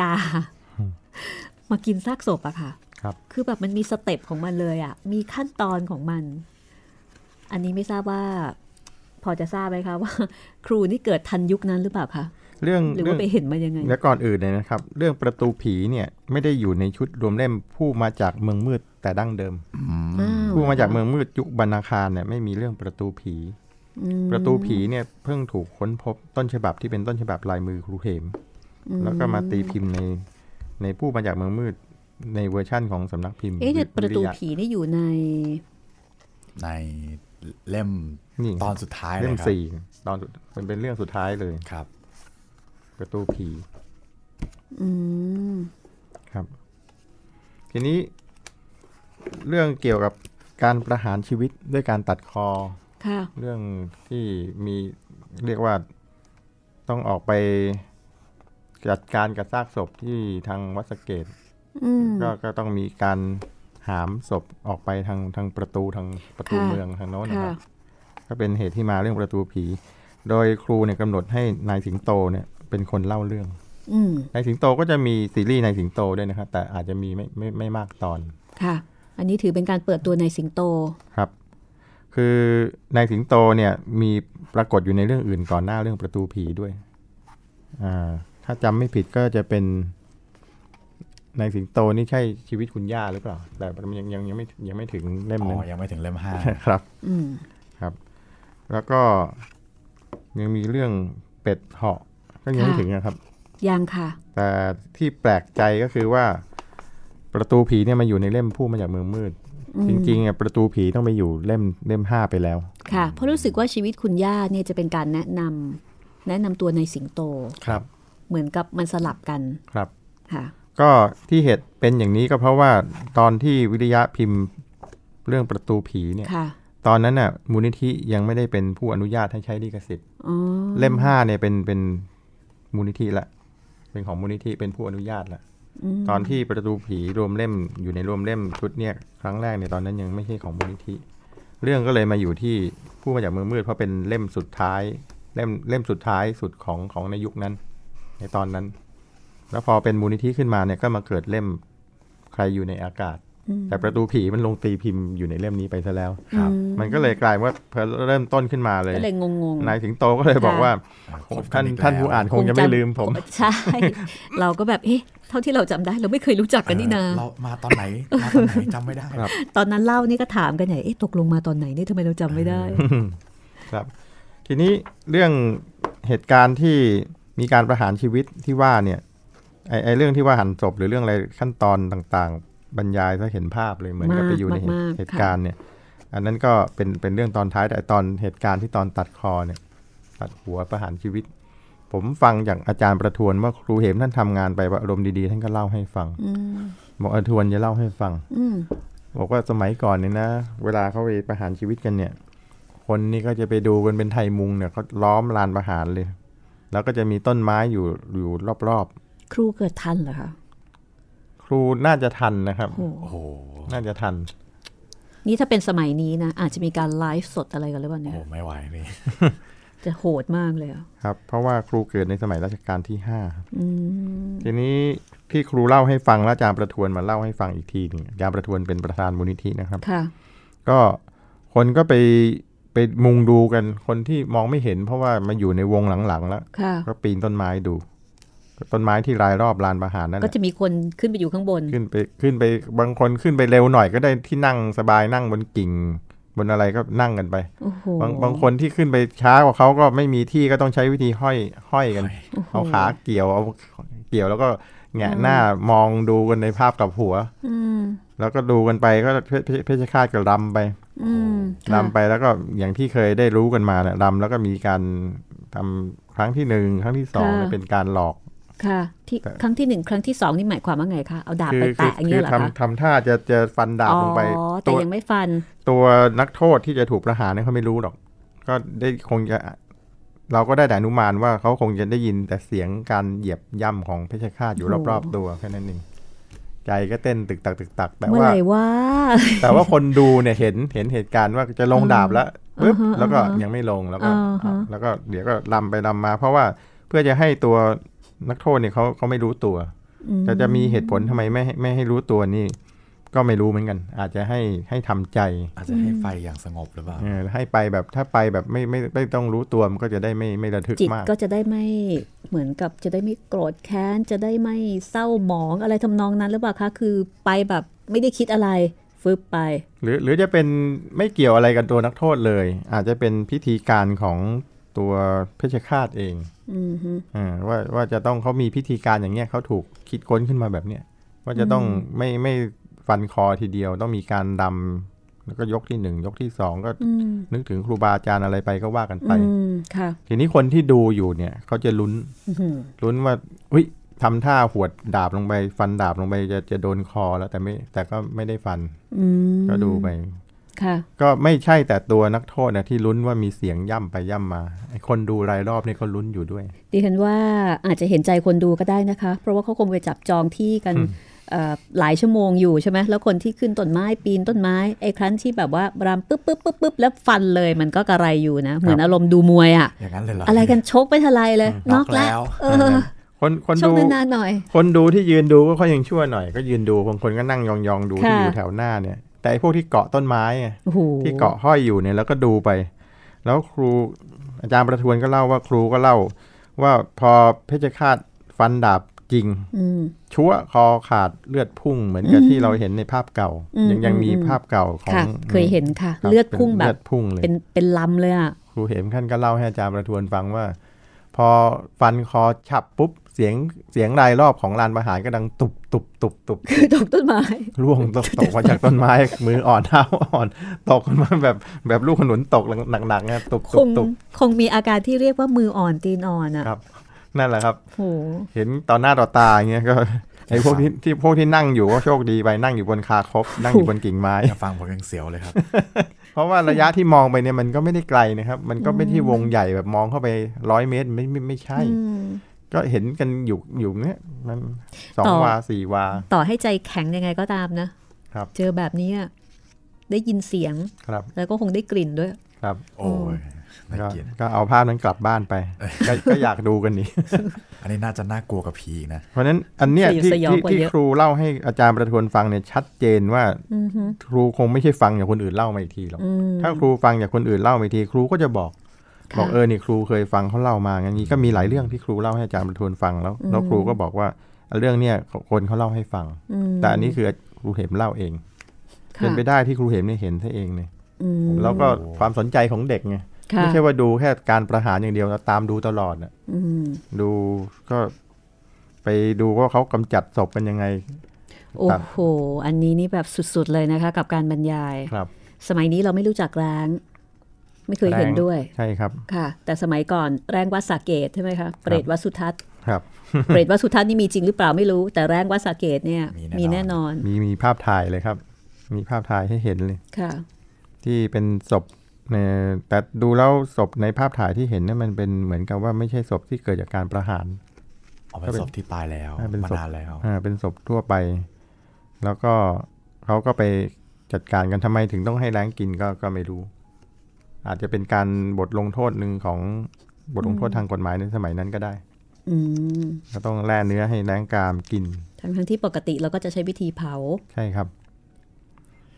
Speaker 2: กา มากินซากศพอะค่ะ
Speaker 3: ครับ
Speaker 2: คือแบบมันมีสเต็ปของมันเลยอะมีขั้นตอนของมัน อันนี้ไม่ทราบว่า พอจะทราบไหมคะว่า ครูนี่เกิดทันยุคนั้นหรือเปล่าคะ
Speaker 3: เรื่อง
Speaker 2: หรือ
Speaker 3: เรื่
Speaker 2: ว่า
Speaker 3: อง
Speaker 2: ไปเห็นมันยังไง
Speaker 3: และก่อนอื่นเลยนะครับ เรื่องประตูผีเนี่ยไม่ได้อยู่ในชุดรวมเล่มผู้มาจากเมืองมืดแต่ดั้งเดิม
Speaker 2: อ้าว
Speaker 3: ผู้มาจากเมืองมืดยุคบรรณาคารเนี่ยไม่มีเรื่องประตูผี
Speaker 2: อืม
Speaker 3: ประตูผีเนี่ยเพิ่งถูกค้นพบต้นฉบับที่เป็นต้นฉบับลายมือครูเหม แล้วก็มาตีพิมพ์ในในผู้มาจากเมืองมืดในเวอร์ชั่นของสำนักพิมพ์
Speaker 2: เอ๊ะแต่ประตู
Speaker 3: วิทย
Speaker 2: ผีนี่อยู่ใน
Speaker 1: ในเล่ม
Speaker 3: นี่
Speaker 1: ตอนสุดท้ายเล
Speaker 3: เล่
Speaker 1: ย
Speaker 3: ม
Speaker 1: ครับ
Speaker 3: สี่ตอนสุดมันเป็นเรื่องสุดท้ายเลย
Speaker 1: ครับ
Speaker 3: ประตูผี
Speaker 2: อืม
Speaker 3: ครับ ทีนี้ เรื่องเกี่ยวกับการประหารชีวิตด้วยการตัดคอ
Speaker 2: ค่ะ
Speaker 3: เรื่องที่มีเรียกว่าต้องออกไปจัดการกับซากศพที่ทางวัดสะเกต
Speaker 2: อืม
Speaker 3: ก็ก็ต้องมีการหามศพออกไปทางทางประตูทางประตู
Speaker 2: ค่ะ
Speaker 3: เมืองทางโน้นนะค
Speaker 2: ค่ะ
Speaker 3: รับก็เป็นเหตุที่มาเรื่องประตูผี โดยครูเนี่ยกำหนดให้นายสิงโตเนี่ยเป็นคนเล่าเรื่อง
Speaker 2: อืม
Speaker 3: นายสิงโตก็จะมีซีรีส์นายสิงโตด้วยนะครับแต่อาจจะมีไม่ไม่ไม่มากตอน
Speaker 2: ค่ะ อันนี้ถือเป็นการเปิดตัวในสิงโต
Speaker 3: ครับ คือนายสิงโตเนี่ยมีปรากฏอยู่ในเรื่องอื่นก่อนหน้าเรื่องประตูผีด้วย อ่า ถ้าจำไม่ผิดก็จะเป็นนายสิงโตนี่ใช่ชีวิตคุณย่าหรือเปล่า แต่มันยังยังยังไม่ยังไม่ถึงเล่ม
Speaker 1: อ๋
Speaker 3: นั้น
Speaker 1: อ ยังไม่ถึงเล่มห้า
Speaker 3: ครับ
Speaker 2: อืม
Speaker 3: ครับ แล้วก็ยังมีเรื่องเป็ดเหาะก็ยังไม่
Speaker 2: ค่ะ
Speaker 3: ถึงนะครับ
Speaker 2: ยังค่ะ
Speaker 3: แต่ที่แปลกใจก็คือว่าประตูผีเนี่ยมาอยู่ในเล่มผู้มาจากเมืองมืด จริงๆอ่ะประตูผีต้องไปอยู่เล่มเล่มห้าไปแล้ว
Speaker 2: ค่ะ เพราะรู้สึกว่าชีวิตคุณย่าเนี่ยจะเป็นการแนะนำแนะนำตัวในสิงโต
Speaker 3: ครับ
Speaker 2: เหมือนกับมันสลับกัน
Speaker 3: ครับ
Speaker 2: ค่ะ
Speaker 3: ก็ที่เหตุเป็นอย่างนี้ก็เพราะว่าตอนที่วิริยะพิมพ์เรื่องประตูผีเนี่ย
Speaker 2: ค่ะ
Speaker 3: ตอนนั้นน่ะมูลนิธิยังไม่ได้เป็นผู้อนุญาตให้ใช้ลิขสิทธิ์
Speaker 2: อ๋อ
Speaker 3: เล่มห้าเนี่ยเป็นเป็นมูลนิธิละเป็นของมูลนิธิเป็นผู้อนุญาตละ
Speaker 2: อืม
Speaker 3: ตอนที่ประตูผีรวมเล่มอยู่ในรวมเล่มชุดเนี่ยครั้งแรกเนี่ยตอนนั้นยังไม่ใช่ของมูลนิธิ เรื่องก็เลยมาอยู่ที่ผู้มาจากเมืองมืดเพราะเป็นเล่มสุดท้าย เล่มเล่มสุดท้ายสุดของของในยุคนั้น ในตอนนั้น แล้วพอเป็นมูลนิธิขึ้นมาเนี่ยก็มาเกิดเล่มใครอยู่ในอากาศ แต่ประตูผีมันลงตีพิมพ์อยู่ในเล่มนี้ไปซะแล้ว
Speaker 1: ครับ
Speaker 3: มันก็เลยกลายว่าพอเริ่มต้นขึ้นมาเลย
Speaker 2: ก็เลยงงๆ
Speaker 3: นายสิงโตก็เลยบอกว่า
Speaker 1: ครบกั
Speaker 3: ท่าน
Speaker 1: อีกแล้ว
Speaker 3: ท่านผู้อ่านคงจะไม่ลืมผม
Speaker 2: ใช่ เราก็แบบ เอ๊ะ เท่าที่เราจำได้เราไม่เคยรู้จักกันนี่นา
Speaker 1: เออเรามาตอนไหน มาตอนไหนจำไม่ได้
Speaker 3: ครับ
Speaker 2: ตอนนั้นเล่านี่ก็ถามกันใหญ่เอ๊ะ ตกลงมาตอนไหนนี่ทำไมเราจำไม่ได้
Speaker 3: ครับ ทีนี้เรื่องเหตุการณ์ที่มีการประหารชีวิตที่ว่าเนี่ยไอไอเรื่องที่ว่าหันศพหรือเรื่องอะไรขั้นตอนต่างๆ บรรยายถ้าเห็นภาพเลยเหมือนกับ
Speaker 2: มาก
Speaker 3: ไปอยู่ในเหตุ
Speaker 2: มากๆค่ะ
Speaker 3: เหตุการณ์เนี่ย อันนั้นก็เป็นเป็นเรื่องตอนท้ายแต่ตอนเหตุการณ์ที่ตอนตัดคอเนี่ย ตัดหัวประหารชีวิต ผมฟังจากอาจารย์ประทวนว่าครูเหมท่านทำงานไปว่าอารมณ์ดีๆท่านก็เล่าให้ฟัง
Speaker 2: อืม
Speaker 3: บอกเออทวนจะเล่าให้ฟัง
Speaker 2: อืม
Speaker 3: บอกว่าสมัยก่อนเนี่ยนะ เวลาเขาไปประหารชีวิตกันเนี่ย คนนี่ก็จะไปดูกันเป็นไทยมุงเนี่ยเขาล้อมลานประหารเลย แล้วก็จะมีต้นไม้อยู่อยู่รอบ
Speaker 2: ครูเกิดทันเหรอคะ
Speaker 3: ๆ ครูน่าจะทันนะครับ
Speaker 2: โอ้
Speaker 1: โอ้โห
Speaker 3: น่าจะทัน
Speaker 2: นี่ถ้าเป็นสมัยนี้นะ อาจจะมีการไลฟ์สดอะไรกันหรือเปล่า
Speaker 1: โอ้
Speaker 2: เนี่ย
Speaker 1: โหไม่ไหวนี่
Speaker 2: จะโหดมากเลยอะ
Speaker 3: ครับ เพราะว่าครูเกิดในสมัยรัชกาลที่ห้าครับ
Speaker 2: อืม
Speaker 3: ทีนี้ที่ครูเล่าให้ฟังแล้วอาจารย์ประทวนมาเล่าให้ฟังอีกทีหนึ่งอาจารย์ประทวนเป็นประธานมูลนิธินะครับ
Speaker 2: ค่ะ
Speaker 3: ก็คนก็ไปไปมุงดูกันคนที่มองไม่เห็น เพราะว่ามาอยู่ในวงหลังๆแล้ว
Speaker 2: ค่ะ
Speaker 3: ก็ปีนต้นไม้ดู ต้นไม้ที่รายรอบลานประหารนั่นแห
Speaker 2: ก็
Speaker 3: ละ
Speaker 2: จะมีคนขึ้นไปอยู่ข้างบน
Speaker 3: ขึ้นไปขึ้นไปบางคนขึ้นไปเร็วหน่อยก็ได้ที่นั่งสบายนั่งบนกิ่ง บนอะไรก็นั่งกันไป
Speaker 2: โอ้โห
Speaker 3: บางบางคนที่ขึ้นไปช้ากว่าเขาก็ไม่มีที่ก็ต้องใช้วิธีห้อยห้อยกัน
Speaker 2: โโห
Speaker 3: เอาขาเกี่ยวเอาเกี่ยวแล้วก็แงะหน้ามองดูกันในภาพกับหัว
Speaker 2: อืม
Speaker 3: แล้วก็ดูกันไปก็เพเพเพชรฆาตกับรำไป
Speaker 2: อืมค่ะ
Speaker 3: รำไปแล้วก็อย่างที่เคยได้รู้กันมาเนี่ยรำแล้วก็มีการทำครั้งที่หนึ่งครั้งที่สองเนี่ยเป็นการหลอก
Speaker 2: ค่ะ ที่
Speaker 3: แต่
Speaker 2: ครั้งที่หนึ่งครั้งที่สองนี่หมายความว่าไงคะ เอาดาบ
Speaker 3: คือ
Speaker 2: ไป
Speaker 3: คือ
Speaker 2: แตะอย่าง
Speaker 3: คื
Speaker 2: เงี้
Speaker 3: อย
Speaker 2: เหรอคะ
Speaker 3: ทำทำท่าจะจะฟันดาบลงไป
Speaker 2: อ๋อแต่
Speaker 3: ตัว
Speaker 2: ยังไม่ฟัน
Speaker 3: ตัวนักโทษที่จะถูกประหารเนี่ยเขาไม่รู้หรอก ก็ได้คงจะ เราก็ได้แต่อนุมานว่าเขาคงจะได้ยินแต่เสียงการเหยียบย่ำของเพชฌฆาตอยู่
Speaker 2: โอ้
Speaker 3: รอบๆตัวแค่นั้นเองใจก็เต้นตึกตักตึกตัก แต่
Speaker 2: เมื่อ
Speaker 3: ว่า
Speaker 2: ไหร่ว่า
Speaker 3: แต่ว่าคนดูเนี่ยเห็นเห็นเหตุการณ์ว่าจะลงดาบแล้วปึ๊บแล้วก็ยังไม่ลงแล้วก็
Speaker 2: อ่าฮะ
Speaker 3: แล้วก็เดี๋ยวก็ลำไปลำมา เพราะว่าเพื่อจะให้ตัวนักโทษเนี่ยเขาเขาไม่รู้ตัว แต่จะมีเหตุผลทำไมไม่ให้ไม่ให้รู้ตัวนี่ ก็ไม่รู้เหมือนกัน อาจจะให้ให้ทำใจ
Speaker 1: อาจจะให้ไปอย่างสงบหรือเปล่า
Speaker 3: เออให้ไปแบบถ้าไปแบบไม่ไม่ไม่ต้องรู้ตัวมันก็จะได้ไม่ไม่ระทึก
Speaker 2: จิต
Speaker 3: มาก
Speaker 2: ก็จะได้ไม่เหมือนกับจะได้ไม่โกรธแค้น จะได้ไม่เศร้าหมองอะไรทำนองนั้นหรือเปล่าคะ คือไปแบบไม่ได้คิดอะไร ฟึบไป
Speaker 3: หรือหรือจะเป็นไม่เกี่ยวอะไรกับตัวนักโทษเลย อาจจะเป็นพิธีการของตัวเพชฌฆาตเอง
Speaker 2: อือฮึ
Speaker 3: อาว่าว่าจะต้องเขามีพิธีการอย่างเงี้ยเขาถูกคิดค้นขึ้นมาแบบเนี้ยว่าจะต้องไม่ไม่ฟันคอทีเดียวต้องมีการดำแล้วก็ยกที่หนึ่งยกที่สองก็
Speaker 2: อืม
Speaker 3: นึกถึงครูบาอาจารย์อะไรไปก็ว่ากันไป
Speaker 2: อืมค่ะ
Speaker 3: ทีนี้คนที่ดูอยู่เนี่ยเขาจะลุ้น
Speaker 2: อื้อหือ
Speaker 3: ลุ้นว่าเฮ้ยทำท่าหวดดาบลงไป ฟันดาบลงไปจะจะโดนคอแล้วแต่ไม่แต่ก็ไม่ได้ฟัน
Speaker 2: อืม
Speaker 3: ก็ดูไป
Speaker 2: ค่ะ
Speaker 3: ก็ไม่ใช่แต่ตัวนักโทษนะที่ลุ้นว่ามีเสียงย่ำไปย่ำมาไอ้คนดูรายรอบนี่ก็ลุ้นอยู่ด้วย
Speaker 2: ดิฉันว่าอาจจะเห็นใจคนดูก็ได้นะคะ เพราะว่าเขาคงไปจับจองที่กันเอ่อหลายชั่วโมงอยู่ใช่ไหมแล้วคนที่ขึ้นต้นไม้ปีนต้นไม้ไอ้ครั้นที่แบบว่ารำปึ๊บปึ๊บปึ๊บปึ๊บแล้วฟันเลยมันก็กระไรอยู่นะ เหมือนอารมณ์ดูมวยอะ
Speaker 1: อย่างนั้นเลยเหรอ
Speaker 2: อะ
Speaker 1: อะไร
Speaker 2: กันชกไปทลายเลย
Speaker 1: น็อ
Speaker 2: น็อก ก
Speaker 1: แล้
Speaker 2: แล้ว
Speaker 1: ว
Speaker 2: เออ
Speaker 3: คนคน
Speaker 2: ชก
Speaker 3: ดู
Speaker 2: นานๆหน่อย
Speaker 3: คนดูที่ยืนดูก็ค่อยยังชั่วหน่อยก็ยืนดูบางคนก็นั่งยองๆดูที่
Speaker 2: ค่ะ
Speaker 3: อยู่แถวหน้าเนี่ย แต่ไอ้พวกที่เกาะต้นไม้ไง
Speaker 2: โอ้โห
Speaker 3: ที่เกาะห้อยอยู่เนี่ยแล้วก็ดูไป แล้วครูอาจารย์ประทวนก็เล่าว่าครูก็เล่า ว่าพอเพชฌฆาตฟันดาบจริง
Speaker 2: อืม
Speaker 3: ชั่วคอขาดเลือดพุ่งเหมือนกับที่เราเห็นในภาพเก่า
Speaker 2: อืม
Speaker 3: ยังยังมี
Speaker 2: อืม
Speaker 3: ภาพเก่าของ
Speaker 2: ค่ะ เคยเห็นค่ะ
Speaker 3: ครับ
Speaker 2: เลือดพุ่งแบ
Speaker 3: ป็นเลื
Speaker 2: บ
Speaker 3: อดพุ่งเลย
Speaker 2: เป็นเป็นลำเลยอะ
Speaker 3: ครูเหมท่านก็เล่าให้อาจารย์ประทวนฟังว่า พอฟันคอฉับปุ๊บเสียงเสียงรายรอบของลานประหารก็ดังตุบตุบตุบตุบ
Speaker 2: คือตกต้นไม้
Speaker 3: ร่วงตกตกมาจากต้นไม้ มืออ่อนเท้าอ่อน ตกมาแบบแบบลูกขนุนตกหนักๆนะตุบ
Speaker 2: ค
Speaker 3: ตุบ
Speaker 2: ง
Speaker 3: ตุบ
Speaker 2: คงมีอาการที่เรียกว่ามืออ่อนตีนอ่อนอะ
Speaker 3: ครับ นั่นแหละครับ
Speaker 2: โอ้โห
Speaker 3: เห็นต่อหน้าต่อตาอย่าง เงี้ยก็ ไอ้พวกที่ที่พวกที่นั่งอยู่ก็โชคดีไปนั่งอยู่บนคาคบนั่งอยู่บนกิ่งไม้
Speaker 1: อย่าฟังผมยังเสียวเลยครับ
Speaker 3: เพราะว่าระยะที่มองไปเนี่ยมันก็ไม่ได้ไกลนะครับ มันก็ไม่ที่วงใหญ่แบบมองเข้าไปร้อยเมตรไม่ไม่ไม่ใช่ ก็เห็นกันอยู่อยู่เนี่ยมันสอ
Speaker 2: ต่
Speaker 3: ง
Speaker 2: อ
Speaker 3: วาสี่วา
Speaker 2: ต่อให้ใจแข็งยังไงก็ตามนะครับ เจอแบบนี้อะได้ยินเสียง
Speaker 3: ครับ
Speaker 2: แล้วก็คงได้กลิ่นด้วย
Speaker 3: ครับ
Speaker 1: โอ้ยน่า
Speaker 3: ก็
Speaker 1: เกลียด
Speaker 3: ก็เอาภาพนั้นกลับบ้านไปก็ก็อยากดูกันนี่
Speaker 1: อันนี้น่าจะน่ากลัวกับผีอีกนะ
Speaker 3: เพราะฉะนั้นอันเนี้ย
Speaker 2: สยด
Speaker 3: ที่
Speaker 2: สยอง
Speaker 3: ที่
Speaker 2: กว่า
Speaker 3: ที่
Speaker 2: เยอะ
Speaker 3: ครูเล่าให้อาจารย์ประทวนฟังเนี่ยชัดเจนว่า
Speaker 2: อือฮึ
Speaker 3: ครูคงไม่ใช่ฟังจากคนอื่นเล่ามาอีกทีหรอก
Speaker 2: อืม
Speaker 3: ถ้าครูฟังจากคนอื่นเล่ามาอีกทีครูก็จะบอก
Speaker 2: ค่ะ
Speaker 3: บอกเออนี่ครูเคยฟังเขาเล่ามาอย่างนี้ก็มีหลายเรื่องที่ครูเล่าให้อาจารย์ประทวนฟังแล้ว แล้ว
Speaker 2: อืม
Speaker 3: ครูก็บอกว่าเรื่องเนี้ยคนเขาเล่าให้ฟัง
Speaker 2: ม
Speaker 3: แต่อันนี้คือครูเหมเล่าเอง
Speaker 2: ค่ะ
Speaker 3: เป็นไปได้ที่ครูเหมเนี่ยเห็นซะเองเนี่ย
Speaker 2: อืม
Speaker 3: แล้วก็ความสนใจของเด็กไง
Speaker 2: ค่ะ
Speaker 3: ไม่ใช่ว่าดูแค่การประหารอย่างเดียวนะตามดูตลอดนะ
Speaker 2: อืม
Speaker 3: ดูก็ไปดูว่าเขากำจัดศพกันยังไง
Speaker 2: โอ้โห อันนี้นี่แบบสุดๆเลยนะคะ กับการบรรยาย
Speaker 3: ครับ
Speaker 2: สมัยนี้เราไม่รู้จักร้าง ไม่เคยเห็น
Speaker 3: แรง
Speaker 2: ด้วย
Speaker 3: ใช่ครับ
Speaker 2: ค่ะ แต่สมัยก่อนแรงวัดสาเกตใช่ไหมคะเปรตวัดสุทัศน์
Speaker 3: ครับ
Speaker 2: เปรตวัดสุทัศน์นี่มีจริงหรือเปล่าไม่รู้ แต่แรงวัดสาเกตเนี่ย
Speaker 1: มี
Speaker 2: มี
Speaker 1: แน่
Speaker 2: แน่น
Speaker 1: น
Speaker 2: อ
Speaker 1: อน น
Speaker 3: มีมีภาพถ่ายเลยครับ มีภาพถ่ายให้เห็นเลย
Speaker 2: ค่ะ
Speaker 3: ที่เป็นศพเอ่อแต่ดูแล้วศพในภาพถ่ายที่เห็นเนี่ยมันเป็นเหมือนกับว่าไม่ใช่ศพที่เกิดจากการประหาร
Speaker 1: เอาเป็นศพที่ตายแล้ว
Speaker 3: อ่าเป็น
Speaker 1: มา
Speaker 3: ศพ
Speaker 1: นานแล้ว
Speaker 3: อ่าเป็นศพทั่วไป แล้วก็เขาก็ไปจัดการกันทำไมถึงต้องให้แรงกินก็ก็ไม่รู้ อาจจะเป็นการบทลงโทษหนึ่งของบทลงโทษทางกฎหมายในสมัยนั้นก็ได้
Speaker 2: อืม
Speaker 3: ก็ต้องแล่เนื้อให้แรงกามกิน
Speaker 2: ทั้งทั้งๆที่ปกติเราก็จะใช้วิธีเผา
Speaker 3: ใช่ครับ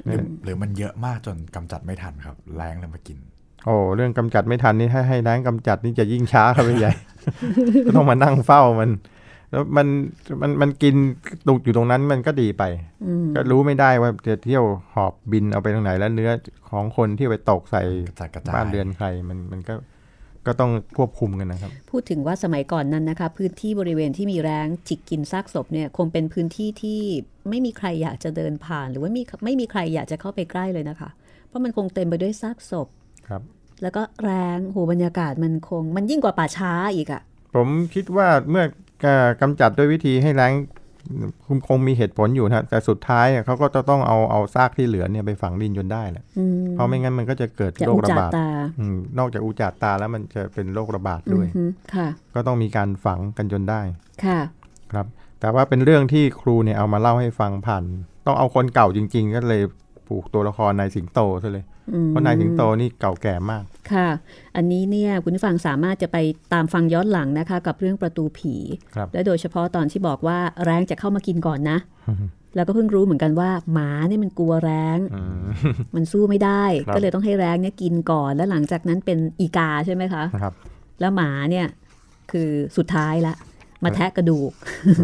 Speaker 1: หรือหรือมันเยอะมากจนกำจัดไม่ทันครับ แรงเลยมากิน
Speaker 3: โอ้เรื่องกำจัดไม่ทันนี่ให้ให้แรงกำจัดนี่จะยิ่งช้าเข้าไปใหญ่ ก็ต้องมานั่งเฝ้ามัน แล้วมันมันมันกินตุกอยู่ตรงนั้นมันก็ดีไป
Speaker 2: อืม
Speaker 3: ก็รู้ไม่ได้ว่าจะเที่ยวหอบบินเอาไปตรงไหนแล้วเนื้อของคนที่ไปตกใส่
Speaker 1: กระจัดกระจาย
Speaker 3: บ้านเรือนใครมันมันก็ก็ต้องควบคุมกันนะครับ
Speaker 2: พูดถึงว่าสมัยก่อนนั้นนะคะ พื้นที่บริเวณที่มีแรงจิกกินซากศพเนี่ยคงเป็นพื้นที่ที่ไม่มีใครอยากจะเดินผ่าน หรือว่ามีไม่มีใครอยากจะเข้าไปใกล้เลยนะคะ เพราะมันคงเต็มไปด้วยซากศพ
Speaker 3: ครับ
Speaker 2: แล้วก็แรงโหบรรยากาศมันคง มันยิ่งกว่าป่าช้าอีกอะ
Speaker 3: ผมคิดว่าเมื่อเอ่อกำจัดด้วยวิธีให้แรงคงคงมีเหตุผลอยู่นะแต่สุดท้ายอ่ะเขาก็จะต้องเอาเอาซากที่เหลือเนี่ยไปฝังดินจนได้แหละ
Speaker 2: อืม
Speaker 3: เพราะไม่งั้นมันก็จะเกิด
Speaker 2: จะ
Speaker 3: โร
Speaker 2: อุ
Speaker 3: ค
Speaker 2: จจา
Speaker 3: ระบาด
Speaker 2: ตา
Speaker 3: อืมนอกจากอุจจาตาแล้วมันจะเป็นโรคระบาดด้วย
Speaker 2: อือฮึค่ะ
Speaker 3: ก็ต้องมีการฝังกันจนได้
Speaker 2: ค่ะ
Speaker 3: ครับแต่ว่าเป็นเรื่องที่ครูเนี่ยเอามาเล่าให้ฟังผ่าน ต้องเอาคนเก่าจริง ๆ ก็เลยผูกตัวละครนายสิงโตซะเลย
Speaker 2: อืม
Speaker 3: เพราะนายสิงโตนี่เก่าแก่มาก
Speaker 2: ค่ะ อันนี้เนี่ยคุณผู้ฟังสามารถจะไปตามฟังย้อนหลังนะคะ กับเรื่องประตูผี
Speaker 3: ครับ
Speaker 2: และโดยเฉพาะตอนที่บอกว่าแร้งจะเข้ามากินก่อนนะ แล้วก็เพิ่งรู้เหมือนกันว่าหมาเนี่ยมันกลัวแร้ง
Speaker 3: อืม
Speaker 2: มันสู้ไม่ได้
Speaker 3: ครับ
Speaker 2: ก็เลยต้องให้แร้งเนี่ยกินก่อน แล้วหลังจากนั้นเป็นอีกาใช่ไหมคะ
Speaker 3: นะครับ
Speaker 2: แล้วหมาเนี่ยคือสุดท้ายละ มาแทะกระดูก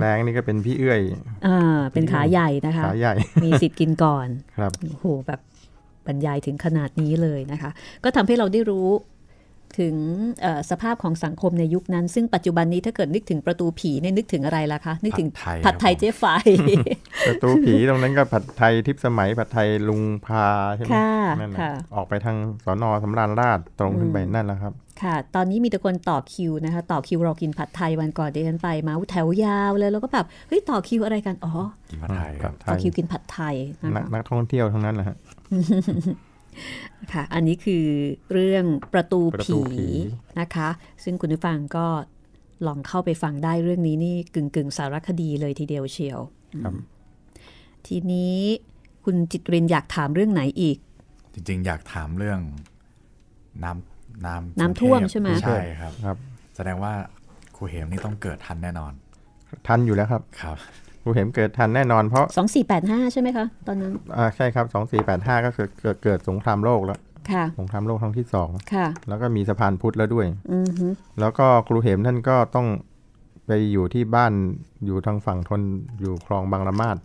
Speaker 3: แรงนี่ก็เป็นพี่เอื้อย
Speaker 2: อ่าเป็นขาใหญ่นะคะ
Speaker 3: ขาใหญ่
Speaker 2: มีสิทธิ์กินก่อน
Speaker 3: ครับ
Speaker 2: โอ้โหแบบบรรยายถึงขนาดนี้เลยนะคะ ก็ทำให้เราได้รู้ถึงเอ่อสภาพของสังคมในยุคนั้น ซึ่งปัจจุบันนี้ถ้าเกิดนึกถึงประตูผีเนี่ยนึกถึงอะไรล่ะคะ นึกถึง
Speaker 1: ผั
Speaker 2: ผัด
Speaker 1: ด
Speaker 2: ไท
Speaker 1: ไท
Speaker 2: ย
Speaker 1: ย
Speaker 2: เจ๊ไฟ
Speaker 3: ประตูผีตรงนั้นก็ผัดไทยทิพย์สมัยผัดไทยลุงพาใช่ไหม
Speaker 2: ค่ะ
Speaker 3: นั่นน่
Speaker 2: ค่ะ
Speaker 3: ออกไปทางสอนอสำราญราชตรงขึ้นไป
Speaker 2: อืม
Speaker 3: นั่นแหละครับ
Speaker 2: ค่ะ ตอนนี้มีแต่คนต่อคิวนะคะ ต่อคิวรอกินผัดไทยวันก่อนดิฉันไปมาแถวยาวเลยแล้วก็แบบเฮ้ยต่อคิวอะไรกันอ๋อ
Speaker 1: กินผัดไทยครับ
Speaker 3: ไท
Speaker 2: ต่อย คิวกินผัดไทยนะ
Speaker 3: นัก
Speaker 2: คะ
Speaker 3: นักท่องเที่ยวทั้งนั้นแหละฮะ
Speaker 2: ค่ะ อันนี้คือเรื่องประตู
Speaker 3: ประตู
Speaker 2: ผี
Speaker 3: ผี
Speaker 2: นะคะ ซึ่งคุณผู้ฟังก็ลองเข้าไปฟังได้เรื่องนี้นี่กึ่งกึ่งๆสารคดีเลยทีเดียวเชียว
Speaker 3: ครับ
Speaker 2: ทีนี้คุณจิตรินอยากถามเรื่องไหนอีก
Speaker 1: จริงๆ อยากถามเรื่อง น้ำน้ำ
Speaker 2: น้ำท่วมใช่ไหม
Speaker 1: ใช่ครับ
Speaker 3: ครับ
Speaker 1: แสดงว่าครูเหมนี่ต้องเกิดทันแน่นอน
Speaker 3: ทันอยู่แล้วครับ
Speaker 1: ครับ
Speaker 3: ครูเห็มเกิดทันแน่นอนเพราะ
Speaker 2: 2485 ใช่ไหมคะ ตอนนั้น
Speaker 3: อ่าใช่ครับ 2485 ก็เกิดเกิดเกิดสงครามโลกแล้ว
Speaker 2: ค่ะ
Speaker 3: สงครามโลกครั้งที่สอง
Speaker 2: ค่ะ
Speaker 3: แล้วก็มีสะพานพุทธแล้วด้วย
Speaker 2: อือฮึ
Speaker 3: แล้วก็ครูเหมท่านก็ต้องไปอยู่ที่บ้านอยู่ทางฝั่งทนอยู่คลองบางละมาด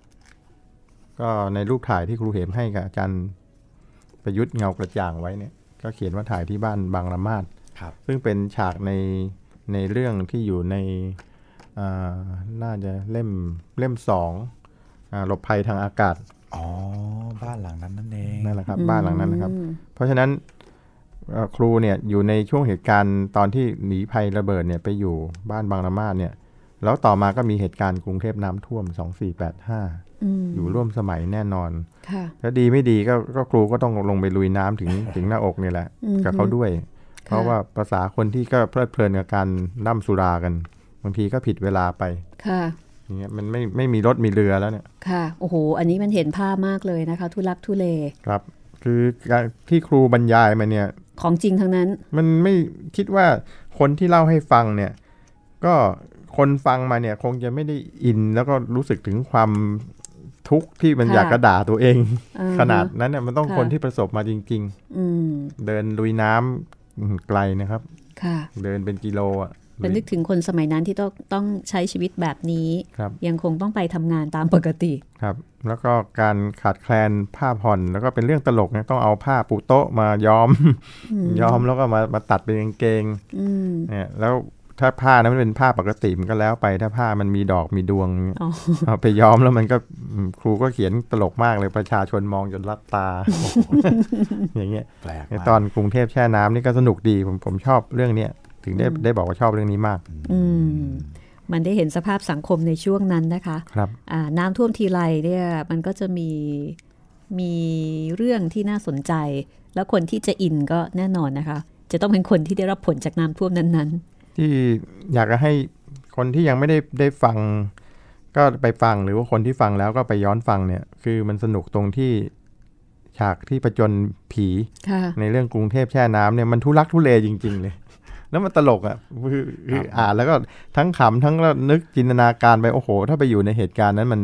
Speaker 3: ก็ในรูปถ่ายที่ครูเหมให้กับอาจารย์ประยุทธ์เงากระจ่างไว้เนี่ย ก็เขียนว่าถ่ายที่บ้านบางละมาด
Speaker 1: ครับ
Speaker 3: ซึ่งเป็นฉากในในเรื่องที่อยู่ในอ่าน่าจะเล่มเล่มสองอาหลบภัยทางอากาศ
Speaker 1: อ๋อ บ้านหลังนั้นนั่นเอง
Speaker 3: นั่นแหละครับ บ้านหลังนั้นนะครับ
Speaker 2: อืม
Speaker 3: เพราะฉะนั้นเอ่อครูเนี่ยอยู่ในช่วงเหตุการณ์ตอนที่หนีภัยระเบิดเนี่ยไปอยู่บ้านบางละมาดเนี่ย แล้วต่อมาก็มีเหตุการณ์กรุงเทพน้ำท่วม 2485
Speaker 2: อืม
Speaker 3: อยู่ร่วมสมัยแน่นอน
Speaker 2: ค่ะ
Speaker 3: แล้วดีไม่ดีก็ก็ครูก็ต้องลงไปลุยน้ำถึง ถึงหน้าอกเนี่ยแหละ
Speaker 2: อือฮึ
Speaker 3: กับเขาด้วย เพราะว่าภาษาคนที่ก็เพลิดเพลินกับการนั่มสุรากัน บางทีก็ผิดเวลาไป
Speaker 2: ค่ะ
Speaker 3: อย่างเงี้ยมันไม่ไม่มีรถมีเรือแล้วเนี่ย
Speaker 2: ค่ะ โอ้โห อันนี้มันเห็นภาพมากเลยนะคะ ทุลักทุเล
Speaker 3: ครับ คือการที่ครูบรรยายมาเนี่ย
Speaker 2: ของจริงทั้งนั้น
Speaker 3: มันไม่คิดว่าคนที่เล่าให้ฟังเนี่ย ก็คนฟังมาเนี่ย คงจะไม่ได้อินแล้วก็รู้สึกถึงความทุกข์ที่มัน
Speaker 2: ค่ะ
Speaker 3: อยากกระด่าตัวเอง
Speaker 2: อ่ฮะ
Speaker 3: ขนาดนั้นเนี่ยมันต้อง
Speaker 2: ค่ะ
Speaker 3: คนที่ประสบมาจริง
Speaker 2: อืม
Speaker 3: ๆ เดินลุยน้ำอืมไกลนะครับ
Speaker 2: ค่ะ
Speaker 3: เดินเป็นกิโลอ่ะ
Speaker 2: เป็นนึกถึงคนสมัยนั้นที่ต้องต้องใช้ชีวิตแบบนี้
Speaker 3: ครับ
Speaker 2: ยังคงต้องไปทำงานตามปกติ
Speaker 3: ครับ แล้วก็การขาดแคลนผ้าผ่อนแล้วก็เป็นเรื่องตลกนะต้องเอาผ้าปูโต๊ะมาย้อม ย้อมแล้วก็มามาตัดเป็นกางเกง
Speaker 2: อืม
Speaker 3: เนี่ยแล้วถ้าผ้านั้นมันเป็นผ้าปกติมันก็แล้วไปถ้าผ้ามันมีดอกมีดวงเนี่ย
Speaker 2: อ๋อ
Speaker 3: เอาไปย้อมแล้วมันก็อืมครูก็เขียนตลกมากเลยประชาชนมองจนลับ ตา อย่างเงี้ย
Speaker 1: แปลก
Speaker 3: ใน
Speaker 1: มาก
Speaker 3: ตอนกรุงเทพแช่น้ำนี่ก็สนุกดีผมผมชอบเรื่องเนี้ยถึงได้ได้บอกว่าชอบเรื่องนี้มาก
Speaker 2: อืม มันได้เห็นสภาพสังคมในช่วงนั้นนะคะ
Speaker 3: ครับ
Speaker 2: อ่าน้ำท่วมทีไรเนี่ย มันก็จะมีมีเรื่องที่น่าสนใจ แล้วคนที่จะอินก็แน่นอนนะคะ จะต้องเป็นคนที่ได้รับผลจากน้ำท่วมนั้น
Speaker 3: ที่อยากจะให้คนที่ยังไม่ได้ได้ฟัง ก็ไปฟังหรือว่าคนที่ฟังแล้วก็ไปย้อนฟังเนี่ย คือมันสนุกตรงที่ฉากที่ประจนผี
Speaker 2: ๆ ค่ะ
Speaker 3: ในเรื่องกรุงเทพแช่น้ำเนี่ยมันทุลักทุเลจริง ๆ เลย แล้วมันตลกอ่ะคือคืออ่านแล้วก็ทั้งขำทั้งนึกจินตนาการไปโอ้โห ถ้าไปอยู่ในเหตุการณ์นั้นมัน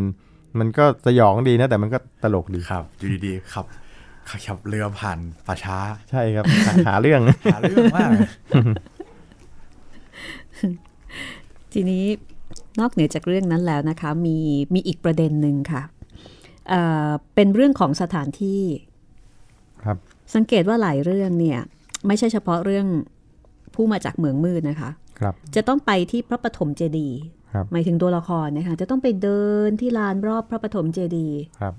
Speaker 3: มันก็สยองดีนะ แต่มันก็ตลกดี
Speaker 1: ครับอยู่ดีๆขับขับเรือผ่านป่าช้า
Speaker 3: ใช่ครับ หาหาเรื่อง
Speaker 1: หาเรื่องมาก
Speaker 2: ทีนี้นอกเหนือจากเรื่องนั้นแล้วนะคะ มีมีอีกประเด็นหนึ่งค่ะเอ่อเป็นเรื่องของสถานที่
Speaker 3: ครับ
Speaker 2: สังเกตว่าหลายเรื่องเนี่ย ไม่ใช่เฉพาะเรื่องผู้มาจากเมืองมืดนะคะ
Speaker 3: ครับ
Speaker 2: จะต้องไปที่พระปฐมเจดีย์
Speaker 3: ครับ
Speaker 2: หมายถึงตัวละครนะคะ จะต้องไปเดินที่ลานรอบพระปฐมเจดีย์
Speaker 3: ครับ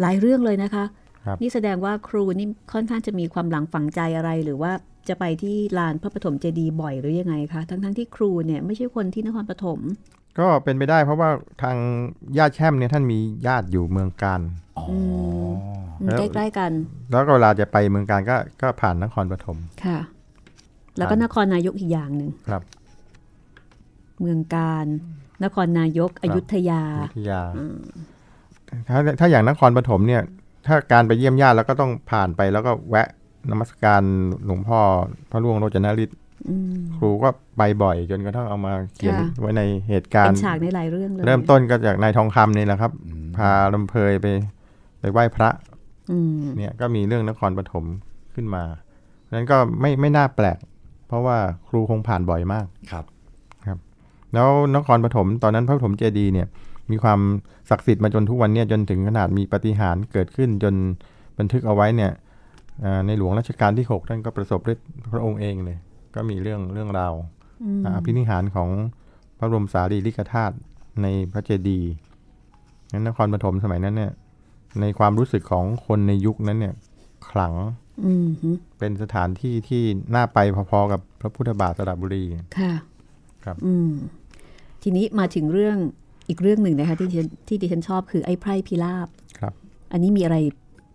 Speaker 2: หลายเรื่องเลยนะคะ
Speaker 3: ครับ
Speaker 2: นี่แสดงว่าครูนี่ค่อนข้างจะมีความหลังฝังใจอะไร หรือว่าจะไปที่ลานพระปฐมเจดีย์บ่อยหรือยังไงคะทั้งๆที่ครูเนี่ยไม่ใช่คนที่นครปฐม
Speaker 3: ก็เป็นไปได้เพราะว่าทางญาติแช่มเนี่ยท่านมีญาติอยู่เมืองการ
Speaker 1: อ๋อ
Speaker 2: อืม
Speaker 3: แล้ว
Speaker 2: ใกล้ๆกัน
Speaker 3: แล้วก็เวลาจะไปเมืองการก็ก็ผ่านนครปฐม
Speaker 2: ค่ะ แล้วก็
Speaker 3: ครับ
Speaker 2: นครนายกอีกอย่างหนึ่ง
Speaker 3: ครับ
Speaker 2: เมืองการ นครนายกอยุธยา
Speaker 3: อยุธยาถ้าถ้าอย่างนครปฐมเนี่ย ถ้าการไปเยี่ยมญาติแล้วก็ต้องผ่านไปแล้วก็แวะนมัสการหลวงพ่อพระร่วงโรจนฤทธิ
Speaker 2: อืม
Speaker 3: ครูก็ไปบ่อยจนกระทั่งเอามาเขียน
Speaker 2: ค่ะ
Speaker 3: ไว้ในเหตุการ
Speaker 2: เป็
Speaker 3: ณ์
Speaker 2: นฉากในหลายเรื่องเลย
Speaker 3: เริ่มต้นก็จากนายทองคำนี่แหละครับ
Speaker 1: อืม
Speaker 3: พาลำเพยไปไปไหว้พระ
Speaker 2: อืม
Speaker 3: เนี่ยก็มีเรื่องนครปฐมขึ้นมาเพราะฉะนั้นก็ไม่ไม่น่าแปลก เพราะว่าครูคงผ่านบ่อยมาก
Speaker 1: ครับ
Speaker 3: ใน แล้วนครปฐมตอนนั้นพระปฐมเจดีย์เนี่ยมีความศักดิ์สิทธิ์มาจนทุกวันเนี่ยจนถึงขนาดมีปาฏิหารย์เกิดขึ้นจนบันทึกเอาไว้เนี่ยอ่าในหลวงรัชกาลที่ 6 ท่านก็ประสบด้วยพระองค์เองเลย ก็มีเรื่องเรื่องราว
Speaker 2: อืม
Speaker 3: อ่าอภินิหารของพระบรมสารีริกธาตุในพระเจดีย์นั้นนครปฐมสมัยนั้นเนี่ยในความรู้สึกของคนในยุคนั้นเนี่ยขลัง
Speaker 2: อืมฮึ
Speaker 3: เป็นสถานที่ที่น่าไปพอๆกับพระพุทธบาทสระบุรี
Speaker 2: ค่ะ
Speaker 3: ครับ
Speaker 2: อืมทีนี้มาถึงเรื่องอีกเรื่องหนึ่งนะคะที่ดิฉันที่ดิฉันชอบคือไอ้ไพร่พิราบ
Speaker 3: ครับ
Speaker 2: อันนี้มีอะไร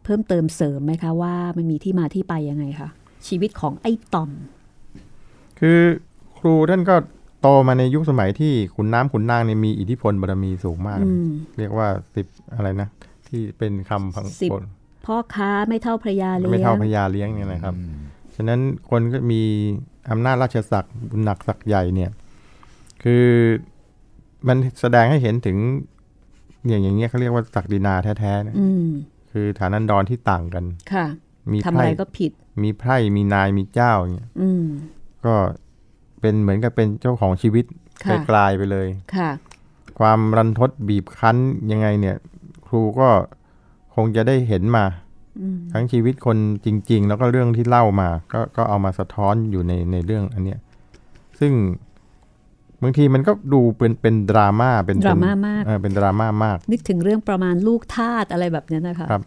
Speaker 2: เพิ่มเติมเสริมไหมคะว่ามันมีที่มาที่ไปยังไงคะชีวิตของไอ้ต่อม
Speaker 3: คือครูท่านก็โตมาในยุคสมัยที่ขุนน้ำขุนนางเนี่ยมีอิทธิพลบารมีสูงมากนะ
Speaker 2: อืม
Speaker 3: เรียกว่าสิบอะไรนะ ที่เป็นคำพัง
Speaker 2: สิบ
Speaker 3: โคน
Speaker 2: พ่อค้าไม่เท่าพระยาเลี้ยง
Speaker 3: ไม่เท่าพญาเลี้ยงเนี่ยนะครับ
Speaker 1: อืม
Speaker 3: ฉะนั้นคนก็มีอำนาจราชศักดิ์บุญหนักศักดิ์ใหญ่เนี่ย คือมันแสดงให้เห็นถึงอย่างอย่างเงี้ยเขาเรียกว่าศักดินาแท้ๆนะ
Speaker 2: อืม
Speaker 3: คือฐานันดรที่ต่างกัน
Speaker 2: ค่ะ
Speaker 3: มี
Speaker 2: ทำอะ
Speaker 3: ไพ
Speaker 2: ไร
Speaker 3: ร่
Speaker 2: ก็ผิด
Speaker 3: มีไพร่มีนายมีเจ้าอย่างเงี้ย
Speaker 2: อืม
Speaker 3: ก็เป็นเหมือนกับเป็นเจ้าของชีวิต
Speaker 2: ค่ะ
Speaker 3: ไกลๆไปเลย
Speaker 2: ค่ะ
Speaker 3: ความรันทดบีบคั้นยังไงเนี่ย ครูก็คงจะได้เห็นมา
Speaker 2: อืม
Speaker 3: ทั้งชีวิตคนจริง ๆ แล้วก็เรื่องที่เล่ามา ก็ก็เอามาสะท้อนอยู่ในในเรื่องอันเนี้ยซึ่งบางทีมันก็ดูเป็นเป็นดราม่าเป็น
Speaker 2: ดราม่ามาก
Speaker 3: เออเป็นดราม่ามาก
Speaker 2: นึกถึงเรื่องประมาณลูกทาสอะไรแบบเนี้ยนะคะ
Speaker 3: ครับ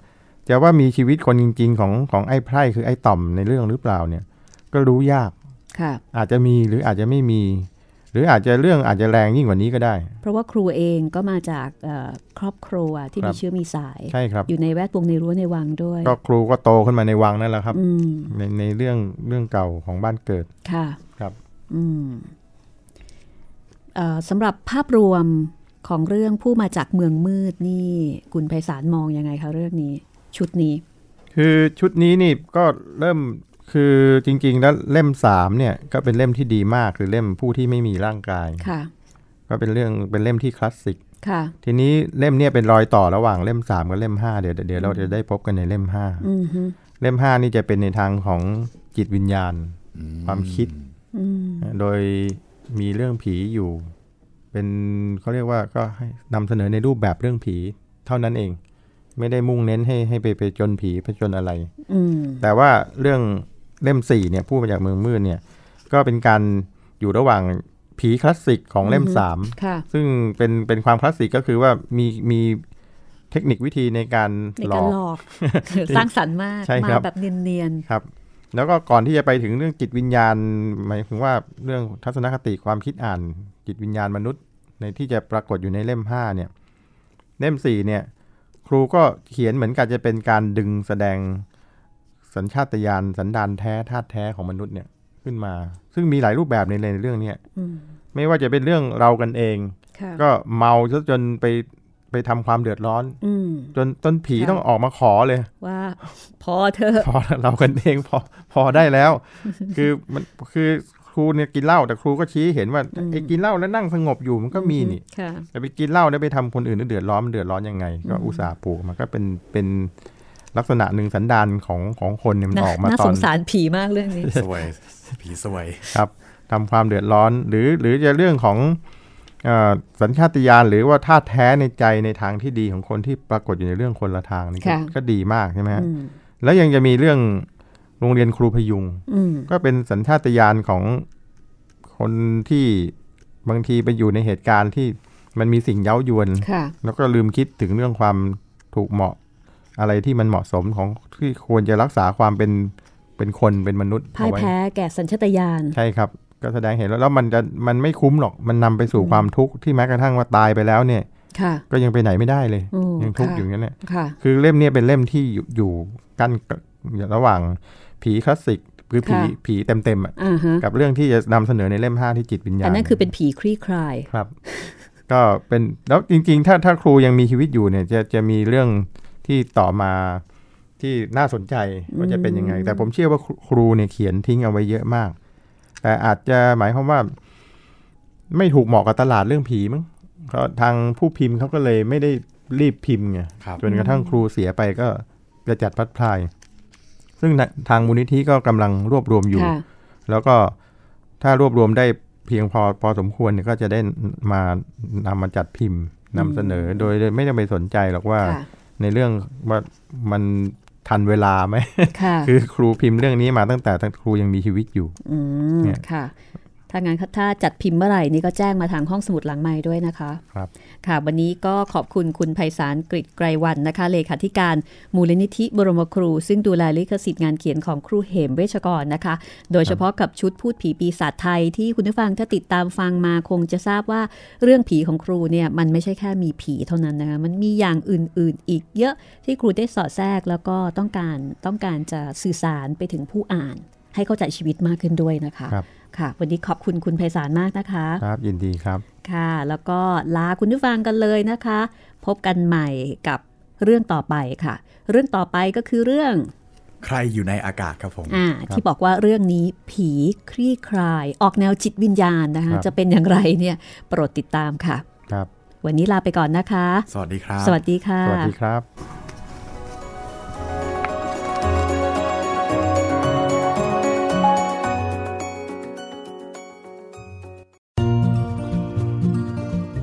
Speaker 3: จะว่ามีชีวิตคนจริง ๆ ของของไอ้ไพร่คือไอ้ต่อมในเรื่องหรือเปล่าเนี่ย ก็รู้ยาก
Speaker 2: ค่ะ
Speaker 3: อาจจะมีหรืออาจจะไม่มี หรืออาจจะเรื่องอาจจะแรงยิ่งกว่านี้ก็ได้
Speaker 2: เพราะว่าครูเองก็มาจากเอ่อครอบครัวที่
Speaker 3: ครั
Speaker 2: มี
Speaker 3: บ
Speaker 2: เชื้อมีสาย
Speaker 3: ใช่ครับ
Speaker 2: อยู่ในแวดวงในรั้วในวังด้วย
Speaker 3: ก็ครูก็โตขึ้นมาในวังนั่นแหละครับ
Speaker 2: อืม
Speaker 3: ในในเรื่องเรื่องเก่าของบ้านเกิด
Speaker 2: ค่ะ
Speaker 3: ครับ
Speaker 2: อืมเอ่อสำหรับภาพรวมของเรื่องผู้มาจากเมืองมืดนี่คุณไพศาลมองยังไงคะเรื่องนี้ ชุดนี้
Speaker 3: คือชุดนี้นี่ก็เริ่มคือจริง ๆ แล้วเล่มสามเนี่ยก็เป็นเล่มที่ดีมากคือเล่มผู้ที่ไม่มีร่างกาย
Speaker 2: ค่ะ
Speaker 3: ก็เป็นเรื่องเป็นเล่มที่คลาสสิก
Speaker 2: ค่ะ
Speaker 3: ทีนี้เล่มเนี่ยเป็นรอยต่อระหว่างเล่มสามกับเล่มห้าเดี๋ยวเดี๋ยวเราจะได้พบกันในเล่มห้า
Speaker 2: อืมฮึ
Speaker 3: เล่มห้านี่จะเป็นในทางของจิตวิญญาณ ความคิด
Speaker 2: อืม
Speaker 3: โดยมีเรื่องผีอยู่ เป็นเขาเรียกว่าก็ให้นำเสนอในรูปแบบเรื่องผีเท่านั้นเอง ไม่ได้มุ่งเน้นให้ให้ไปไปจนผีไปจนอะไร
Speaker 2: อืม
Speaker 3: แต่ว่าเรื่องเล่มสี่เนี่ยพูดมาจากเมืองมืดเนี่ยก็เป็นการอยู่ระหว่างผีคลาสสิกของเล่มสาม
Speaker 2: ค่ะ
Speaker 3: ซึ่งเป็นเป็นความคลาสสิกก็คือว่ามีมีเทคนิควิธีในการ
Speaker 2: ใน
Speaker 3: หล
Speaker 2: กา
Speaker 3: อ
Speaker 2: ร
Speaker 3: ก
Speaker 2: หลอก สร้างสรรค์มาก
Speaker 3: ใช่
Speaker 2: มา
Speaker 3: ครับ
Speaker 2: แบบเนียน
Speaker 3: ครับ แล้วก็ก่อนที่จะไปถึงเรื่องจิตวิญญาณ หมายถึงว่าเรื่องทัศนคติความคิดอ่าน จิตวิญญาณมนุษย์ ในที่จะปรากฏอยู่ในเล่มห้าเนี่ยเล่มสี่เนี่ย ครูก็เขียนเหมือนกันจะเป็นการดึงแสดงสัญชาตญาณสันดานแท้ธาตุแท้ของมนุษย์เนี่ยขึ้นมา ซึ่งมีหลายรูปแบบในในเรื่องเนี้ย
Speaker 2: ๆอืม
Speaker 3: ไม่ว่าจะเป็นเรื่องเรากันเอง
Speaker 2: ค่ะ
Speaker 3: ก็เมาซะจนไปไปทำความเดือดร้อน
Speaker 2: อืม
Speaker 3: จนต้นผี
Speaker 2: ค่ะ
Speaker 3: ต้องออกมาขอเลย
Speaker 2: ว่า พอเธอะ
Speaker 3: พอเรากันเองพ อพอได้แล้ว คือมันคือครูเนี่ยกินเหล้าแต่ครูก็ชี้ให้เห็นว่าไอ้กินเหล้าแล้วนั่งสงบอยู่มันก็มีนี่
Speaker 2: ค่ะ
Speaker 3: แต่ไปกินเหล้าแล้วไปทำคนอื่นเดือดร้อนมันเดือดร้อนยังไง ก็อุตส่าห์ปลูกมันก็เป็นเป็นลักษณะหนึ่งสันดานของของคนเนี่ยมัน
Speaker 2: น่า
Speaker 3: ออกมา
Speaker 2: น่า
Speaker 3: ต
Speaker 2: ส
Speaker 3: อน
Speaker 2: งสารผีมากเรื่องนี้
Speaker 1: สวย ผีสวย
Speaker 3: ครับทำความเดือดร้อน หรือหรือจะเรื่องของเอ่อสัญชาตญาณหรือว่าท่าตุแท้ในใจในทางที่ดีของคนที่ปรากฏอยู่ในเรื่องคนละทางนี่ก็
Speaker 2: ค่ะ
Speaker 3: ก็ดีมากใช่ไหมฮะ
Speaker 2: อืม
Speaker 3: แล้วยังจะมีเรื่องโรงเรียนครูพยุง
Speaker 2: อืม
Speaker 3: ก็เป็นสัญชาตญาณของคนที่บางทีไปอยู่ในเหตุการณ์ที่มันมีสิ่งเย้ายวน
Speaker 2: ค่ะ
Speaker 3: แล้วก็ลืมคิดถึงเรื่องความถูกเหมาะ อะไรที่มันเหมาะสมของที่ควรจะรักษาความเป็นเป็นคนเป็นมนุษย์
Speaker 2: พ่าย
Speaker 3: เอาไว้
Speaker 2: แพ้แก่สัญชาตญาณ
Speaker 3: ใช่ครับ ก็แสดงเห็นแล้วแล้วมันจะมันไม่คุ้มหรอกมันนำไปสู่ความทุกข์ที่แม้กระทั่งว่าตายไปแล้วเนี่ย
Speaker 2: ค่ะ
Speaker 3: ก็ยังไปไหนไม่ได้เลย
Speaker 2: อืม
Speaker 3: ยังทุกข์
Speaker 2: ค่ะ
Speaker 3: อยู่อย่างนั้นแหละ
Speaker 2: ค่ะ
Speaker 3: คือเล่มเนี้เป็นเล่มที่อยู่อยู่กั้นระหว่างผีคลาสสิกคือผี
Speaker 2: ค่ะ
Speaker 3: ผีเต็มเต็มๆอะ
Speaker 2: อ่าฮะ
Speaker 3: กับเรื่องที่จะนำเสนอในเล่มห้าที่จิตวิญญาณ
Speaker 2: อันนั้นคือเป็นผีคลี่คลาย
Speaker 3: ครับ ก็เป็นแล้วจริงๆ ถ้าถ้าครูยังมีชีวิตอยู่เนี่ยจะจะมีเรื่องที่ต่อมาที่น่าสนใจว่าจะเป็นยังไง แต่ผมเชื่อว่าครูครูเนี่ยเขียนทิ้งเอาไว้เยอะมาก แต่อาจจะหมายความว่า ไม่ถูกเหมาะกับตลาดเรื่องผีมั้งเพราะทางผู้พิมพ์เขาก็เลยไม่ได้รีบพิมพ์ไง
Speaker 1: ครับ
Speaker 3: จนกระทั่งครูเสียไปก็กระจัดพลัดพรายซึ่งทางมูลนิธิก็กำลังรวบรวมอยู่
Speaker 2: ค่ะ
Speaker 3: แล้วก็ถ้ารวบรวมได้ เพียงพอพอสมควรเนี่ยก็จะได้มานำมาจัดพิมพ์นำเสนอโดยไม่ต้องไปสนใจหรอกว่า
Speaker 2: ค่ะ
Speaker 3: ในเรื่องว่ามันทันเวลาไหม
Speaker 2: ค่ะ
Speaker 3: คือครูพิมพ์เรื่องนี้มาตั้งแต่ครูยังมีชีวิตอยู่
Speaker 2: ืม
Speaker 3: เนี่ย
Speaker 2: ค่ะ ถ้างั้นถ้าจัดพิมพ์เมื่อไหร่นี่ก็แจ้งมาทางห้องสมุดหลังไม้ด้วยนะคะ
Speaker 3: ครับ
Speaker 2: ค่ะ วันนี้ก็ขอบคุณคุณไพศาลกริไกรวันนะคะ เลขาธิการมูลนิธิบรมครู ซึ่งดูแลลิขสิทธิ์งานเขียนของครูเหมเวชกรนะคะ โดยเฉพาะกับชุดพูดผีปีศาจไทยที่คุณผู้ฟังถ้าติดตามฟังมาคงจะทราบว่าเรื่องผีของครูเนี่ยมันไม่ใช่แค่มีผีเท่านั้นนะคะ มันมีอย่างอื่น ๆ อีกเยอะที่ครูได้สอดแทรกแล้วก็ต้องการต้องการจะสื่อสารไปถึงผู้อ่าน ให้เข้าใจชีวิตมากขึ้นด้วยนะคะ
Speaker 3: ครับ
Speaker 2: ค่ะ วันนี้ขอบคุณคุณไพศาลมากนะคะ
Speaker 3: ครับ ยินดีครับ
Speaker 2: ค่ะ แล้วก็ลาคุณผู้ฟังกันเลยนะคะ พบกันใหม่กับเรื่องต่อไปค่ะ เรื่องต่อไปก็คือเรื่อง
Speaker 1: ใครอยู่ในอากาศครับผม
Speaker 2: อ่า ที่บอกว่าเรื่องนี้ผีคลี่คลาย ออกแนวจิตวิญญาณนะ
Speaker 3: ครั
Speaker 2: คะ
Speaker 3: บ
Speaker 2: จะเป็นอย่างไรเนี่ย โปรดติดตามค่ะ
Speaker 3: ครับ
Speaker 2: วันนี้ลาไปก่อนนะคะ
Speaker 1: สวัสดีครับ
Speaker 2: สวัสดีค่ะ
Speaker 3: สวัสดีครับ